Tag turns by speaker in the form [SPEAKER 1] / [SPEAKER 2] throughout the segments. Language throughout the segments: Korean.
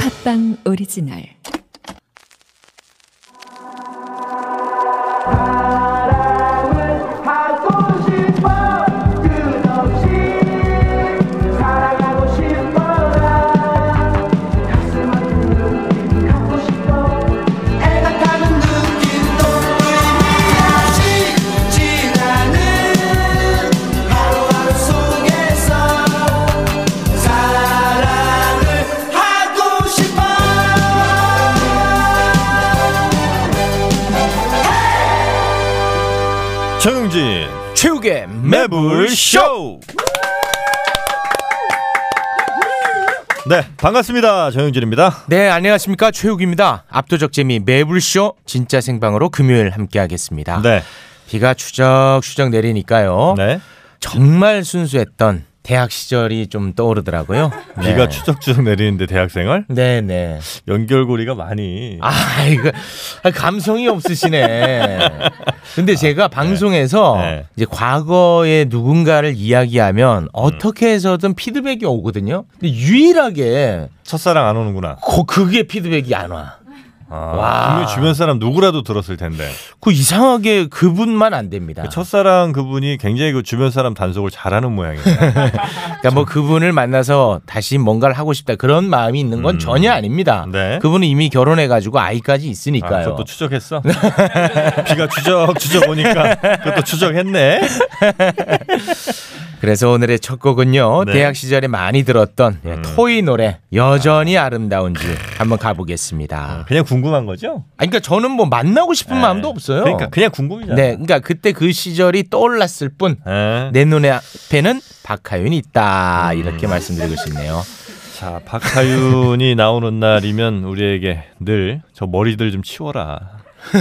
[SPEAKER 1] 팟빵 오리지널
[SPEAKER 2] 사랑을 받고 싶어 끝없이 사랑하고 싶어 나 가슴 아픈 눈빛 갖고 싶어 애틋하는 눈빛도 의미없이 지나는 하루하루 속에서 사랑을 하고 싶어
[SPEAKER 3] 정영진
[SPEAKER 4] 최욱의
[SPEAKER 3] 매불쇼 네 반갑습니다 정영진입니다
[SPEAKER 4] 네, 안녕하십니까. 최욱입니다. 압도적 재미 매불쇼 진짜 생방으로 금요일 함께하겠습니다.
[SPEAKER 3] 네.
[SPEAKER 4] 비가 추적추적 내리니까요.
[SPEAKER 3] 네
[SPEAKER 4] 정말 순수했던 대학 시절이 좀 떠오르더라고요.
[SPEAKER 3] 비가
[SPEAKER 4] 네.
[SPEAKER 3] 추적추적 내리는데 대학생활
[SPEAKER 4] 네네.
[SPEAKER 3] 연결고리가 많이
[SPEAKER 4] 아, 이거 아, 감성이 없으시네. 근데 제가 방송에서
[SPEAKER 3] 아, 네. 음.
[SPEAKER 4] 이제 과거의 누군가를 이야기하면 어떻게 해서든 피드백이 오거든요. 근데 유일하게
[SPEAKER 3] 첫사랑 안 오는구나
[SPEAKER 4] 고- 그게 피드백이 안 와.
[SPEAKER 3] 아,
[SPEAKER 4] 와.
[SPEAKER 3] 분명 주변 사람 누구라도 들었을 텐데
[SPEAKER 4] 그 이상하게 그분만 안 됩니다.
[SPEAKER 3] 첫사랑 그분이 굉장히 그 주변 사람 단속을 잘하는 모양이에요
[SPEAKER 4] 그러니까 뭐 그분을 만나서 다시 뭔가를 하고 싶다 그런 마음이 있는 건 전혀 아닙니다.
[SPEAKER 3] 네.
[SPEAKER 4] 그분은 이미 결혼해가지고 아이까지
[SPEAKER 3] 아,
[SPEAKER 4] 있으니까요.
[SPEAKER 3] 그것도 추적했어 비가 추적추적 오니까 그것도 추적했네
[SPEAKER 4] 그래서 오늘의 첫 곡은요.
[SPEAKER 3] 네. 음.
[SPEAKER 4] 대학 시절에 많이 들었던 토이 노래 여전히 아름다운 줄 한번 가보겠습니다.
[SPEAKER 3] 그냥 궁금한 거죠
[SPEAKER 4] 아니, 그러니까 저는 뭐 만나고 싶은
[SPEAKER 3] 음. 네.
[SPEAKER 4] 마음도 없어요.
[SPEAKER 3] 그러니까 그냥 궁금이잖아
[SPEAKER 4] 네, 그러니까 그때 그 시절이 떠올랐을 뿐.
[SPEAKER 3] 네.
[SPEAKER 4] 내 눈에 앞에는 박하윤이 있다 이렇게 말씀드리고 싶네요.
[SPEAKER 3] 자, 박하윤이 나오는 날이면 우리에게 늘 저 머리들 좀 치워라.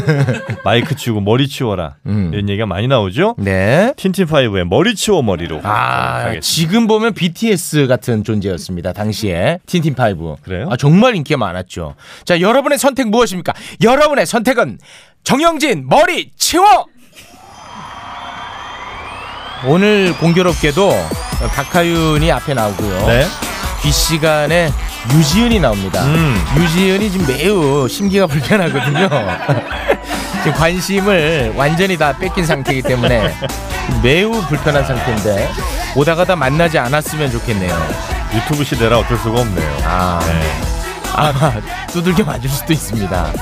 [SPEAKER 3] 마이크 치우고 머리 치워라.
[SPEAKER 4] 음.
[SPEAKER 3] 이런 얘기가 많이 나오죠.
[SPEAKER 4] 네.
[SPEAKER 3] 틴틴파이브의 머리 치워 머리로.
[SPEAKER 4] 아,
[SPEAKER 3] 하겠습니다.
[SPEAKER 4] 지금 보면 BTS 같은 존재였습니다. 당시에 틴틴 파이브.
[SPEAKER 3] 그래요?
[SPEAKER 4] 아, 정말 인기가 많았죠. 자, 여러분의 선택 무엇입니까? 여러분의 선택은 정영진 머리 치워. 오늘 공교롭게도 박하윤이 앞에 나오고요.
[SPEAKER 3] 네.
[SPEAKER 4] 뒷 시간에 유지은이 나옵니다.
[SPEAKER 3] 음.
[SPEAKER 4] 유지은이 지금 매우 심기가 불편하거든요. 지금 관심을 완전히 다 뺏긴 상태이기 때문에 매우 불편한 상태인데 오다가다 만나지 않았으면 좋겠네요.
[SPEAKER 3] 유튜브 시대라 어쩔 수가 없네요.
[SPEAKER 4] 아,
[SPEAKER 3] 네.
[SPEAKER 4] 아마 두들겨 맞을 수도 있습니다.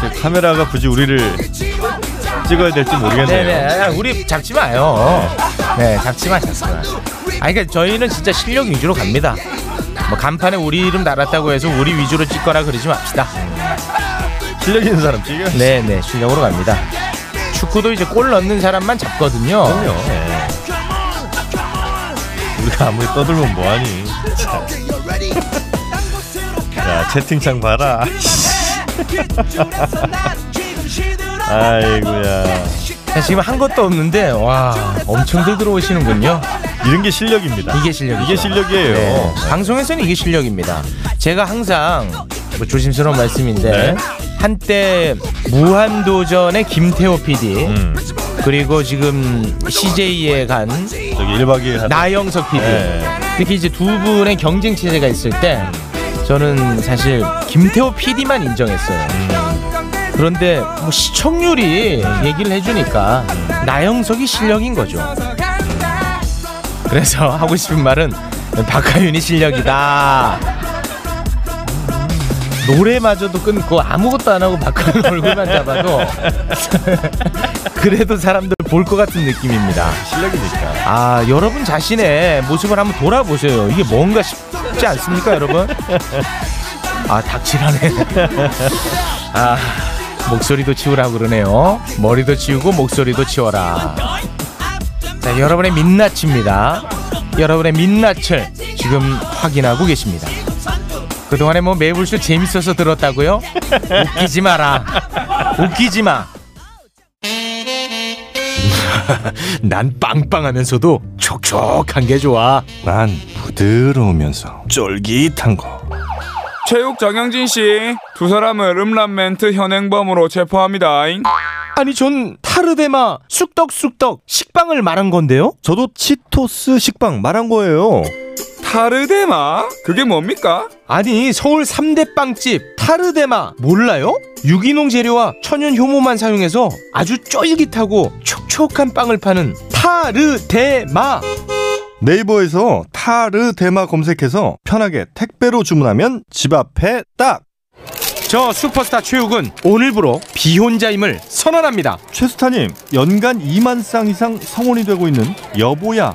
[SPEAKER 3] 그 카메라가 굳이 우리를 찍어야 될지 모르겠네요.
[SPEAKER 4] 네네, 아, 우리 잡지 마요. 네, 잡지 마, 잡지 마. 아니, 그러니까 저희는 진짜 실력 위주로 갑니다. 뭐 간판에 우리 이름 달았다고 해서 우리 위주로 찍거나 그러지 맙시다.
[SPEAKER 3] 실력 있는 사람 찍어야 돼.
[SPEAKER 4] 네네 실력으로 갑니다. 축구도 이제 골 넣는 사람만 잡거든요.
[SPEAKER 3] 그럼요. 네. 우리가 아무리 떠들면 뭐하니. 자. 자, 채팅창 봐라. 아이고야.
[SPEAKER 4] 자, 지금 한 것도 없는데 와 엄청들 들어오시는군요.
[SPEAKER 3] 이런 게 실력입니다.
[SPEAKER 4] 이게 실력이죠.
[SPEAKER 3] 이게 실력이에요.
[SPEAKER 4] 네, 방송에서는 이게 실력입니다. 제가 항상 뭐 조심스러운 말씀인데
[SPEAKER 3] 네.
[SPEAKER 4] 한때 무한도전의 김태호 PD
[SPEAKER 3] 음,
[SPEAKER 4] 그리고 지금 CJ에 간
[SPEAKER 3] 저기 1박 2일 하다.
[SPEAKER 4] 나영석 PD
[SPEAKER 3] 네.
[SPEAKER 4] 이렇게 이제 두 분의 경쟁 체제가 있을 때 저는 사실 김태호 PD만 인정했어요. 그런데 뭐 시청률이 얘기를 해주니까 나영석이 실력인 거죠. 그래서 하고 싶은 말은 박하윤이 실력이다. 노래마저도 끊고 아무것도 안 하고 박하윤 얼굴만 잡아도 그래도 사람들 볼 것 같은 느낌입니다.
[SPEAKER 3] 실력이니까.
[SPEAKER 4] 아 여러분 자신의 모습을 한번 돌아보세요 이게 뭔가 싶지 않습니까 여러분 아 닥칠하네 아 목소리도 치우라고 그러네요 머리도 치우고 목소리도 치워라 자 네, 여러분의 민낯입니다 여러분의 민낯을 지금 확인하고 계십니다 그동안에 뭐 매불쇼 재밌어서 들었다고요 웃기지 마라 웃기지 마 난 빵빵하면서도 촉촉한 게 좋아.
[SPEAKER 5] 난 부드러우면서 쫄깃한 거.
[SPEAKER 6] 체육 정영진 씨 두 사람을 음란 멘트 현행범으로 체포합니다.
[SPEAKER 4] 아니 전 타르데마 쑥떡쑥떡 식빵을 말한 건데요.
[SPEAKER 3] 저도 치토스 식빵 말한 거예요.
[SPEAKER 6] 타르데마? 그게 뭡니까?
[SPEAKER 4] 아니 서울 3대 빵집 타르데마 몰라요? 유기농 재료와 천연 효모만 사용해서 아주 쫄깃하고 촉촉한 빵을 파는 타르데마
[SPEAKER 5] 네이버에서 타르데마 검색해서 편하게 택배로 주문하면 집 앞에 딱
[SPEAKER 4] 저 슈퍼스타 최욱은 오늘부로 비혼자임을 선언합니다
[SPEAKER 5] 최수타님 연간 2만 쌍 이상 성원이 되고 있는 여보야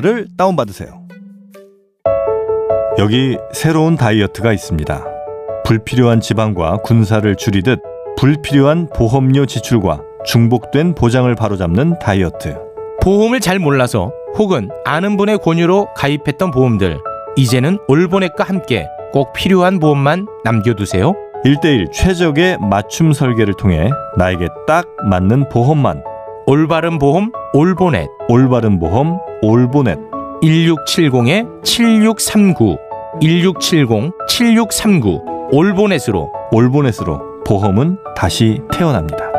[SPEAKER 5] 다운받으세요. 여기 새로운 다이어트가 있습니다. 불필요한 지방과 군사를 줄이듯 불필요한 보험료 지출과 중복된 보장을 바로잡는 다이어트.
[SPEAKER 4] 보험을 잘 몰라서 혹은 아는 분의 권유로 가입했던 보험들 이제는 올보넷과 함께 꼭 필요한 보험만 남겨두세요
[SPEAKER 5] 1대1 최적의 맞춤 설계를 통해 나에게 딱 맞는 보험만
[SPEAKER 4] 올바른 보험 올보넷
[SPEAKER 5] 올바른 보험 올보넷
[SPEAKER 4] 1670-7639 1670-7639 올보넷으로
[SPEAKER 5] 올보넷으로 보험은 다시 태어납니다.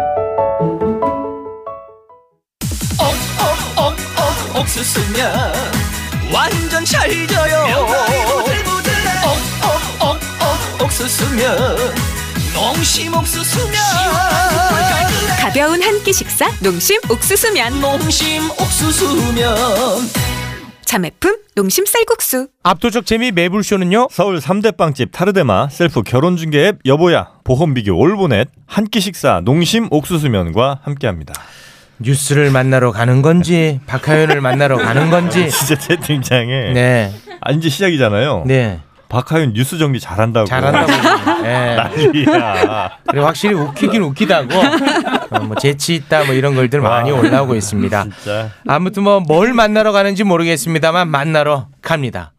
[SPEAKER 1] 옥수수면 완전 찰져요 옥옥옥옥 옥수수면 농심 옥수수면
[SPEAKER 7] 가벼운 한 끼 식사 농심 옥수수면
[SPEAKER 1] 농심 옥수수면
[SPEAKER 7] 자매품 농심 쌀국수
[SPEAKER 4] 압도적 재미 매불쇼는요
[SPEAKER 3] 서울 3대 빵집 타르데마 셀프 결혼 중개 앱 여보야 보험 비교 올보넷 한 끼 식사 농심 옥수수면과 함께합니다.
[SPEAKER 4] 뉴스를 만나러 가는 건지 박하연을 만나러 가는 건지
[SPEAKER 3] 진짜 채팅창에
[SPEAKER 4] 네
[SPEAKER 3] 아, 이제 시작이잖아요.
[SPEAKER 4] 네.
[SPEAKER 3] 박하윤 뉴스 정리 잘한다고.
[SPEAKER 4] 잘한다고 네.
[SPEAKER 3] 난리야.
[SPEAKER 4] 그리고 확실히 웃기긴 웃기다고 어, 뭐 재치 있다 뭐 이런 걸들 많이 올라오고 있습니다.
[SPEAKER 3] 진짜.
[SPEAKER 4] 아무튼 뭐 뭘 만나러 가는지 모르겠습니다만 만나러 갑니다.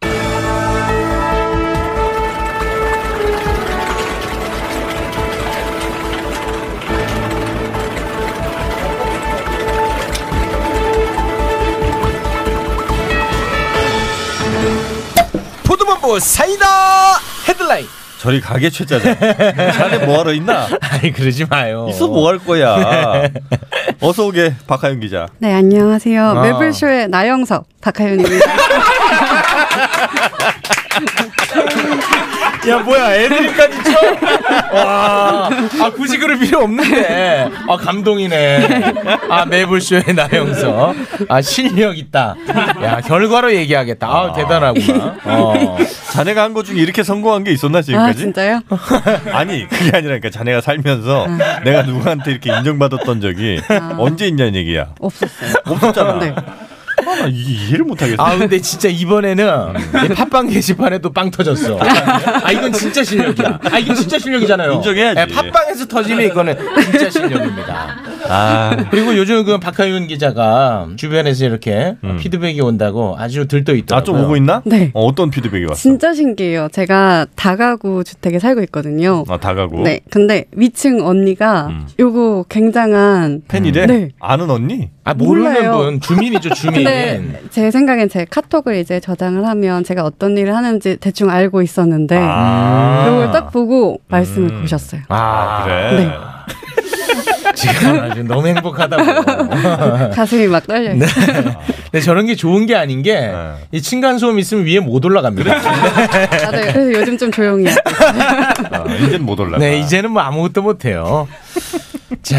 [SPEAKER 4] 포도본부 사이다 헤드라인.
[SPEAKER 3] 저리 가게 최자자. 자네 뭐하러 있나?
[SPEAKER 4] 아니 그러지 마요.
[SPEAKER 3] 있어 뭐 할 거야. 어서 오게 박하윤 기자.
[SPEAKER 8] 네, 안녕하세요.
[SPEAKER 4] 아.
[SPEAKER 8] 매블쇼의 나영석, 박하윤입니다.
[SPEAKER 4] 야 뭐야 애들까지 쳐? 와아 굳이 그럴 필요 없는데 아 감동이네 아 매불쇼의 나영석 아 실력 있다 야 결과로 얘기하겠다 아 대단하구나 어.
[SPEAKER 3] 자네가 한 것 중에 이렇게 성공한 게 있었나
[SPEAKER 8] 아,
[SPEAKER 3] 지금까지?
[SPEAKER 8] 진짜요?
[SPEAKER 3] 아니 그게 아니라니까 자네가 살면서
[SPEAKER 8] 아.
[SPEAKER 3] 내가 누구한테 이렇게 인정받았던 적이 언제 있냐는 얘기야.
[SPEAKER 8] 없었어요.
[SPEAKER 3] 없었잖아.
[SPEAKER 8] 네.
[SPEAKER 3] 아, 나 이- 이해를 못하겠어.
[SPEAKER 4] 아 근데 진짜 이번에는 이 팟빵 게시판에도 빵 터졌어 아 이건 진짜 실력이야 아 이건 진짜 실력이잖아요
[SPEAKER 3] 인정해야지.
[SPEAKER 4] 예, 팟빵에서 터지면 이거는 진짜 실력입니다
[SPEAKER 3] 아,
[SPEAKER 4] 그리고 요즘 그 박하윤 기자가 주변에서 이렇게 피드백이 온다고 음. 아주 들떠 있더라고요.
[SPEAKER 3] 아, 좀 오고 있나?
[SPEAKER 8] 네.
[SPEAKER 3] 어, 어떤 피드백이 왔어?
[SPEAKER 8] 진짜 신기해요. 제가 다가구 주택에 살고 있거든요.
[SPEAKER 3] 아, 다가고.
[SPEAKER 8] 네, 근데 위층 언니가 요거 굉장한
[SPEAKER 3] 팬이래?
[SPEAKER 8] 네.
[SPEAKER 3] 아는 언니?
[SPEAKER 4] 아 모르는
[SPEAKER 8] 몰라요. 네.
[SPEAKER 4] 분 주민이죠 주민.
[SPEAKER 8] 근데 제 생각엔 제 카톡을 이제 저장을 하면 제가 어떤 일을 하는지 대충 알고 있었는데
[SPEAKER 3] 아. 음.
[SPEAKER 8] 요걸 딱 보고 말씀을 보셨어요.
[SPEAKER 4] 아
[SPEAKER 3] 그래.
[SPEAKER 8] 네.
[SPEAKER 4] 지금 아주 너무 행복하다고.
[SPEAKER 8] 가슴이 막 떨려요.
[SPEAKER 4] 네. 근데 저런 게 좋은 게 아닌 게
[SPEAKER 3] 네.
[SPEAKER 4] 이 층간 소음 있으면 위에 못 올라갑니다.
[SPEAKER 8] 아, 네. 그래서 요즘 좀 조용히 해요.
[SPEAKER 3] 아, 이젠 못 올라가.
[SPEAKER 4] 네 이제는 뭐 아무것도 못해요. 자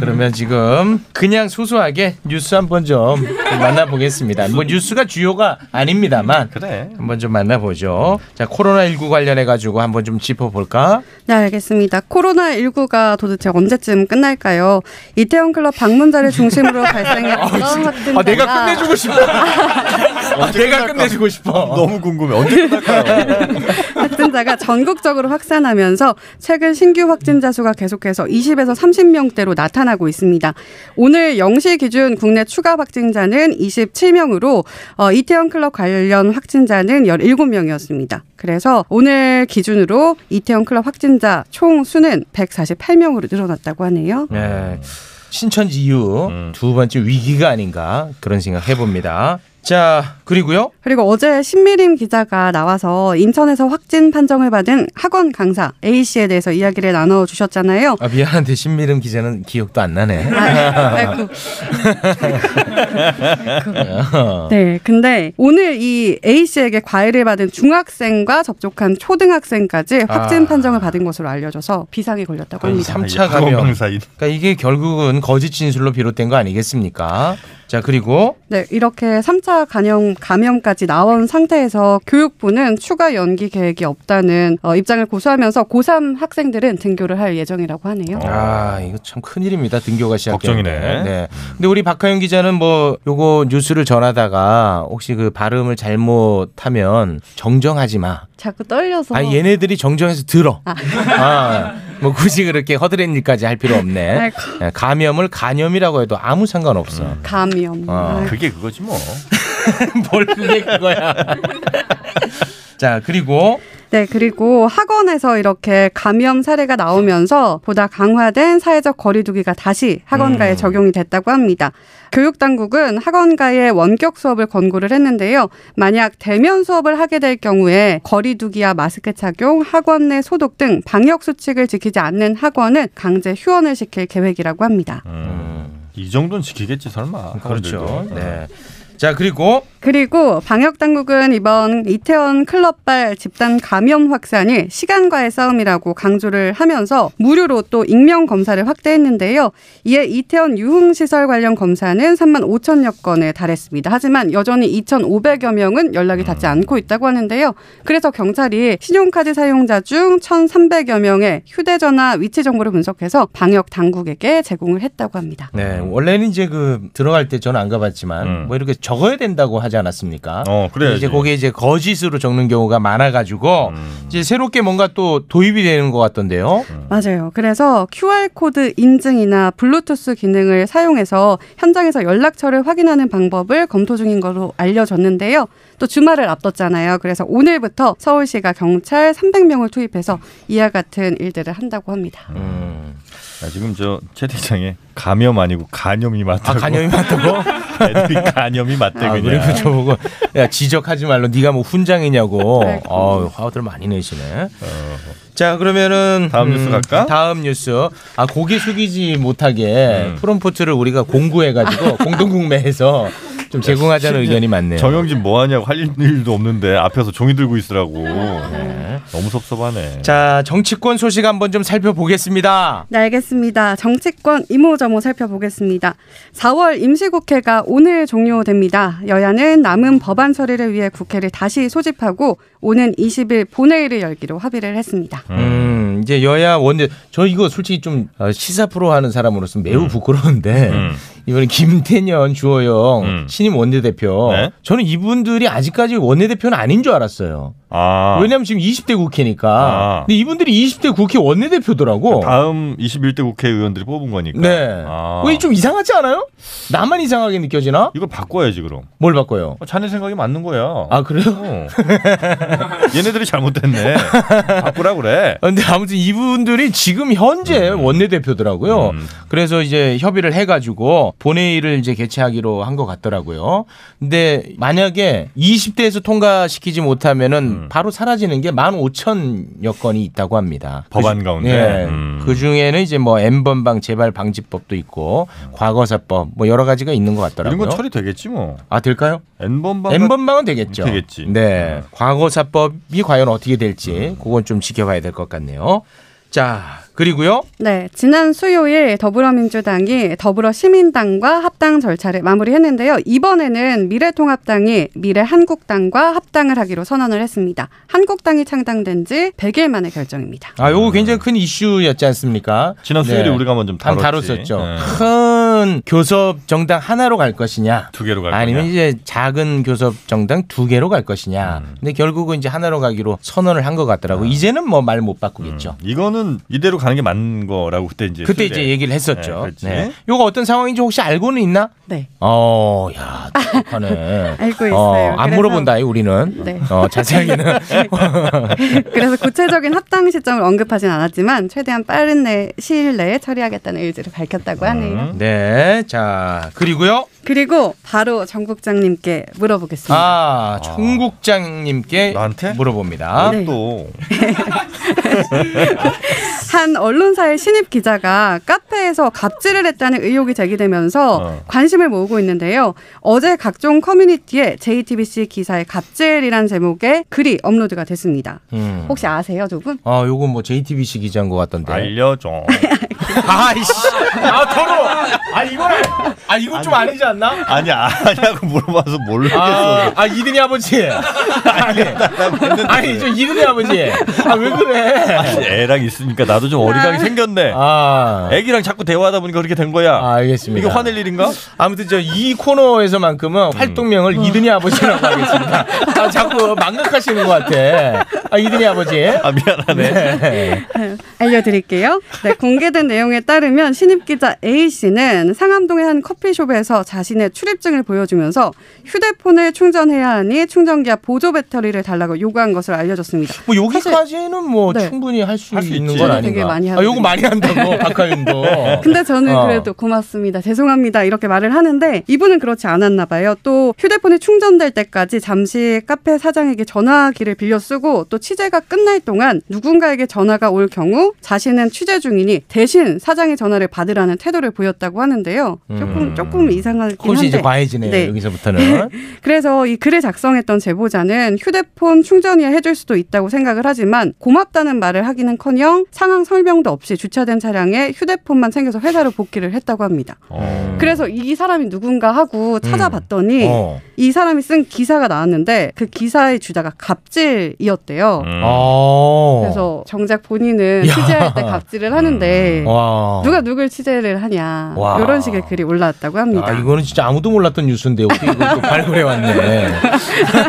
[SPEAKER 4] 그러면 지금 그냥 소소하게 뉴스 한번 좀 만나보겠습니다. 뭐 뉴스가 주요가 아닙니다만
[SPEAKER 3] 그래.
[SPEAKER 4] 한번 좀 만나보죠. 자, 코로나19 관련해 가지고 한번 좀 짚어볼까?
[SPEAKER 8] 네, 알겠습니다. 코로나19가 도대체 언제쯤 끝날까요? 이태원 클럽 방문자를 중심으로 발생했던 학생들.
[SPEAKER 4] 아, 내가 끝내주고 싶어. 아, 내가 끝내주고 싶어.
[SPEAKER 3] 너무 궁금해. 언제 끝날까요?
[SPEAKER 8] 확진자가 전국적으로 확산하면서 최근 신규 확진자 수가 계속해서 20에서 30명 17명대로 나타나고 있습니다. 오늘 0시 기준 국내 추가 확진자는 27명으로 어, 이태원 클럽 관련 확진자는 17명이었습니다. 그래서 오늘 기준으로 이태원 클럽 확진자 총 수는 148명으로 늘어났다고 하네요.
[SPEAKER 4] 예, 신천지 이후
[SPEAKER 3] 음.
[SPEAKER 4] 두 번째 위기가 아닌가 그런 생각 해봅니다. 자 그리고요
[SPEAKER 8] 그리고 어제 신미림 기자가 나와서 인천에서 확진 판정을 받은 학원 강사 A 씨에 대해서 이야기를 나눠 주셨잖아요.
[SPEAKER 4] 아, 미안한데 신미름 기자는 기억도 안 나네.
[SPEAKER 8] 아, 아이고. 네, 근데 오늘 이 A 씨에게 과외를 받은 중학생과 접촉한 초등학생까지 확진
[SPEAKER 4] 아.
[SPEAKER 8] 판정을 받은 것으로 알려져서 아, 비상에 걸렸다고
[SPEAKER 4] 이
[SPEAKER 8] 합니다.
[SPEAKER 4] 3차 감염. 그러니까 이게 결국은 거짓 진술로 비롯된 거 아니겠습니까? 자 그리고
[SPEAKER 8] 네, 이렇게 3차 감염, 감염까지 나온 상태에서 교육부는 추가 연기 계획이 없다는 어, 입장을 고수하면서 고3 학생들은 등교를 할 예정이라고 하네요.
[SPEAKER 4] 아 이거 참 큰일입니다. 등교가 시작.
[SPEAKER 3] 어. 걱정이네. 음.
[SPEAKER 4] 네. 근데 우리 박하영 기자는 뭐 요거 뉴스를 전하다가 혹시 그 발음을 잘못하면 정정하지 마.
[SPEAKER 8] 자꾸 떨려서.
[SPEAKER 4] 아 얘네들이 정정해서 들어. 아, 뭐 굳이 그렇게 허드렛일까지 할 필요 없네.
[SPEAKER 8] 아이고,
[SPEAKER 4] 예, 감염을 간염이라고 해도 아무 상관 없어.
[SPEAKER 8] 감염.
[SPEAKER 4] 아,
[SPEAKER 8] 아이고.
[SPEAKER 3] 그게 그거지 뭐.
[SPEAKER 4] 뭘 그게 그거야. 자 그리고
[SPEAKER 8] 네, 그리고 학원에서 이렇게 감염 사례가 나오면서 보다 강화된 사회적 거리두기가 다시 학원가에
[SPEAKER 4] 음.
[SPEAKER 8] 적용이 됐다고 합니다. 교육당국은 학원가에 원격 수업을 권고를 했는데요. 만약 대면 수업을 하게 될 경우에 거리두기와 마스크 착용, 학원 내 소독 등 방역 수칙을 지키지 않는 학원은 강제 휴원을 시킬 계획이라고 합니다.
[SPEAKER 3] 이 정도는 지키겠지 설마.
[SPEAKER 4] 그렇죠.
[SPEAKER 3] 학원들도.
[SPEAKER 4] 네. 자 그리고
[SPEAKER 8] 그리고 방역 당국은 이번 이태원 클럽발 집단 감염 확산이 시간과의 싸움이라고 강조를 하면서 무료로 또 익명 검사를 확대했는데요. 이에 이태원 유흥 시설 관련 검사는 3만 5천여 건에 달했습니다. 하지만 여전히 2,500여 명은 연락이 닿지 않고 있다고 하는데요. 그래서 경찰이 신용카드 사용자 중 1,300여 명의 휴대전화 위치 정보를 분석해서 방역 당국에게 제공을 했다고 합니다.
[SPEAKER 4] 네 원래는 이제 그 들어갈 때 저는 안 가봤지만
[SPEAKER 3] 음.
[SPEAKER 4] 뭐 이렇게 적어야 된다고 하지 않았습니까?
[SPEAKER 3] 어 그래.
[SPEAKER 4] 이제 그게 이제 거짓으로 적는 경우가 많아가지고 이제 새롭게 뭔가 또 도입이 되는 것 같던데요.
[SPEAKER 8] 맞아요. 그래서 QR코드 인증이나 블루투스 기능을 사용해서 현장에서 연락처를 확인하는 방법을 검토 중인 것으로 알려졌는데요. 또 주말을 앞뒀잖아요. 그래서 오늘부터 서울시가 경찰 300명을 투입해서 이와 같은 일들을 한다고 합니다.
[SPEAKER 4] 음.
[SPEAKER 3] 아, 지금 저 채팅창에 감염 아니고 간염이 맞다고.
[SPEAKER 4] 아 간염이 맞다고?
[SPEAKER 3] 애들이 간염이 맞대
[SPEAKER 4] 아,
[SPEAKER 3] 그냥.
[SPEAKER 4] 그리고 저보고 야 지적하지 말로 네가 뭐 훈장이냐고.
[SPEAKER 8] 아이고.
[SPEAKER 4] 어 화들 많이 내시네. 자 그러면은
[SPEAKER 3] 다음 뉴스 갈까?
[SPEAKER 4] 다음 뉴스. 아 고개 숙이지 못하게
[SPEAKER 3] 음.
[SPEAKER 4] 프롬포트를 우리가 공구해가지고 공동구매해서 좀 제공하자는 의견이 많네요.
[SPEAKER 3] 정영진 뭐 하냐고 할 일도 없는데 앞에서 종이 들고 있으라고. 너무 섭섭하네.
[SPEAKER 4] 자 정치권 소식 한번 좀 살펴보겠습니다.
[SPEAKER 8] 네, 알겠습니다. 정치권 이모저모 살펴보겠습니다. 4월 임시국회가 오늘 종료됩니다. 여야는 남은 법안 처리를 위해 국회를 다시 소집하고 오는 20일 본회의를 열기로 합의를 했습니다.
[SPEAKER 4] 음 이제 여야 원내 저 이거 솔직히 좀 어, 시사 프로 하는 사람으로서 매우
[SPEAKER 3] 음.
[SPEAKER 4] 부끄러운데 이번에 김태년 주호영
[SPEAKER 3] 음.
[SPEAKER 4] 신임 원내대표
[SPEAKER 3] 네.
[SPEAKER 4] 저는 이분들이 아직까지 원내대표는 아닌 줄 알았어요.
[SPEAKER 3] 아
[SPEAKER 4] 왜냐하면 지금 20대 국회니까.
[SPEAKER 3] 아.
[SPEAKER 4] 근데 이분들이 20대 국회 원내대표더라고.
[SPEAKER 3] 다음 21대 국회의원들이 뽑은 거니까.
[SPEAKER 4] 네.
[SPEAKER 3] 아.
[SPEAKER 4] 왜 좀 이상하지 않아요? 나만 이상하게 느껴지나?
[SPEAKER 3] 이걸 바꿔야지 그럼.
[SPEAKER 4] 뭘 바꿔요?
[SPEAKER 3] 어, 자네 생각이 맞는 거야.
[SPEAKER 4] 아 그래요?
[SPEAKER 3] 어. 얘네들이 잘못됐네. 바꾸라 그래.
[SPEAKER 4] 근데 아무튼 이분들이 지금 현재 원내대표더라고요.
[SPEAKER 3] 음.
[SPEAKER 4] 그래서 이제 협의를 해가지고 본회의를 이제 개최하기로 한 것 같더라고요. 근데 만약에 20대에서 통과시키지 못하면은
[SPEAKER 3] 음.
[SPEAKER 4] 바로 사라지는 게 15,000여 건이 있다고 합니다.
[SPEAKER 3] 법안
[SPEAKER 4] 그 중-
[SPEAKER 3] 가운데?
[SPEAKER 4] 예.
[SPEAKER 3] 음.
[SPEAKER 4] 그 중에는 이제 뭐 엠번방 재발 방지법도 있고 과거사법 뭐 여러 가지가 있는 것 같더라고요.
[SPEAKER 3] 음. 이런 건 처리되겠지 뭐.
[SPEAKER 4] 아 될까요?
[SPEAKER 3] N번방.
[SPEAKER 4] N번방은 되겠죠.
[SPEAKER 3] 되겠지.
[SPEAKER 4] 네. 과거사법이 과연 어떻게
[SPEAKER 3] 음.
[SPEAKER 4] 될지 그건 좀 지켜봐야 될 것 같네요. 자, 그리고요.
[SPEAKER 8] 네, 지난 수요일 더불어민주당이 더불어 시민당과 합당 절차를 마무리했는데요. 이번에는 미래통합당이 미래한국당과 합당을 하기로 선언을 했습니다. 한국당이 창당된 지 100일 만의 결정입니다.
[SPEAKER 4] 아, 요거 굉장히 큰 이슈였지 않습니까?
[SPEAKER 3] 지난 수요일에 음. 우리가 한번 좀
[SPEAKER 4] 한
[SPEAKER 3] 다뤘지.
[SPEAKER 4] 다뤘었죠.
[SPEAKER 3] 네.
[SPEAKER 4] 큰 교섭 정당 하나로 갈 것이냐
[SPEAKER 3] 두 개로 갈 거냐?
[SPEAKER 4] 아니면 이제 작은 교섭 정당 두 개로 갈 것이냐.
[SPEAKER 3] 음.
[SPEAKER 4] 근데 결국은 이제 하나로 가기로 선언을 한 것 같더라고. 이제는 뭐 말 못 바꾸겠죠.
[SPEAKER 3] 이거는 이대로 가는 게 맞는 거라고 그때 음. 이제
[SPEAKER 4] 그때
[SPEAKER 3] 수요일에
[SPEAKER 4] 이제 얘기를 했었죠.
[SPEAKER 3] 그랬지.
[SPEAKER 4] 네. 요거 어떤 상황인지 혹시 알고는 있나?
[SPEAKER 8] 네.
[SPEAKER 4] 어, 야, 똑똑하네.
[SPEAKER 8] 알고
[SPEAKER 4] 어,
[SPEAKER 8] 있어요.
[SPEAKER 4] 안
[SPEAKER 8] 그래서-
[SPEAKER 4] 물어본다, 이 우리는.
[SPEAKER 8] 네.
[SPEAKER 4] 어, 자세하게는.
[SPEAKER 8] 그래서 구체적인 합당 시점을 언급하진 않았지만 최대한 빠른 내, 시일 내에 처리하겠다는 의지를 밝혔다고 하네요.
[SPEAKER 4] 네. 자, 그리고요.
[SPEAKER 8] 그리고 바로 정 국장님께 물어보겠습니다.
[SPEAKER 4] 아, 총국장님께
[SPEAKER 3] 나한테?
[SPEAKER 4] 물어봅니다.
[SPEAKER 8] 네.
[SPEAKER 3] 또
[SPEAKER 8] 한 언론사의 신입 기자가 카페에서 갑질을 했다는 의혹이 제기되면서
[SPEAKER 3] 어.
[SPEAKER 8] 관심을 모으고 있는데요. 어제 각종 커뮤니티에 JTBC 기사의 갑질이란 제목의 글이 업로드가 됐습니다.
[SPEAKER 4] 음.
[SPEAKER 8] 혹시 아세요, 조금?
[SPEAKER 4] 아, 요건 뭐 JTBC 기자인 것 같던데.
[SPEAKER 3] 알려줘.
[SPEAKER 4] 아이씨. 아, 더러워. 아, 이걸. 아, 이건 좀 아니지 않나?
[SPEAKER 3] 아니 아냐고 물어봐서
[SPEAKER 4] 아,
[SPEAKER 3] 모르겠어.
[SPEAKER 4] 아 이든이 아버지. 아니, 아니, 저 이든이 아버지. 아, 왜 그래?
[SPEAKER 3] 애랑 있으니까 나도 좀 어리광이 생겼네.
[SPEAKER 4] 네. 아.
[SPEAKER 3] 애기랑 자꾸 대화하다 보니까 그렇게 된 거야.
[SPEAKER 4] 아, 알겠습니다.
[SPEAKER 3] 이게 화낼 일인가?
[SPEAKER 4] 아무튼 저 이
[SPEAKER 3] 음.
[SPEAKER 4] 코너에서만큼은 활동명을
[SPEAKER 8] 어.
[SPEAKER 4] 이든이 아버지라고 하겠습니다. 아, 자꾸 망각하시는 것 같아. 아, 이든이 아버지.
[SPEAKER 3] 아 미안하네.
[SPEAKER 8] 알려드릴게요. 네, 공개된 내용에 따르면 신입 기자 A 씨는 상암동의 한 커피숍에서 자신의 출입증을 보여주면서 휴대폰을 충전해야 하니 충전기와 보조 배터리를 달라고 요구한 것으로 알려졌습니다.
[SPEAKER 4] 뭐 여기까지는 뭐
[SPEAKER 8] 네.
[SPEAKER 4] 충분히 할 수
[SPEAKER 3] 할수
[SPEAKER 4] 있는
[SPEAKER 3] 있지.
[SPEAKER 4] 건
[SPEAKER 3] 저도
[SPEAKER 4] 아닌가.
[SPEAKER 8] 되게 많이
[SPEAKER 4] 아,
[SPEAKER 8] 하거든요.
[SPEAKER 4] 요거 많이 한다고 박하윤도.
[SPEAKER 8] 근데 저는
[SPEAKER 4] 어.
[SPEAKER 8] 그래도 고맙습니다. 죄송합니다. 이렇게 말을 하는데 이분은 그렇지 않았나 봐요. 또 휴대폰이 충전될 때까지 잠시 카페 사장에게 전화기를 빌려 쓰고 또 취재가 끝날 동안 누군가에게 전화가 올 경우 자신은 취재 중이니 대신 사장의 전화를 받으라는 태도를 보였다고 하는데요. 조금 조금 이상하긴
[SPEAKER 4] 음. 그것이 이제
[SPEAKER 8] 한데.
[SPEAKER 4] 과해지네요.
[SPEAKER 8] 네.
[SPEAKER 4] 여기서부터는.
[SPEAKER 8] 그래서 이 글을 작성했던 제보자는 휴대폰 충전이야 해줄 수도 있다고 생각을 하지만 고맙다는 말을 하기는커녕 상황 설명도 없이 주차된 차량에 휴대폰만 챙겨서 회사로 복귀를 했다고 합니다. 그래서 이 사람이 누군가 하고 찾아봤더니
[SPEAKER 4] 음. 어.
[SPEAKER 8] 이 사람이 쓴 기사가 나왔는데 그 기사의 주자가 갑질이었대요.
[SPEAKER 4] 음.
[SPEAKER 3] 음.
[SPEAKER 4] 어.
[SPEAKER 8] 그래서 정작 본인은
[SPEAKER 4] 야.
[SPEAKER 8] 취재할 때 갑질을 하는데
[SPEAKER 4] 와.
[SPEAKER 8] 누가 누굴 취재를 하냐
[SPEAKER 4] 와.
[SPEAKER 8] 이런 식의 글이 올라왔다고 합니다.
[SPEAKER 4] 아, 이거는 진짜 아무도 몰랐던 뉴스인데 어떻게 이걸 또 발굴해 왔네.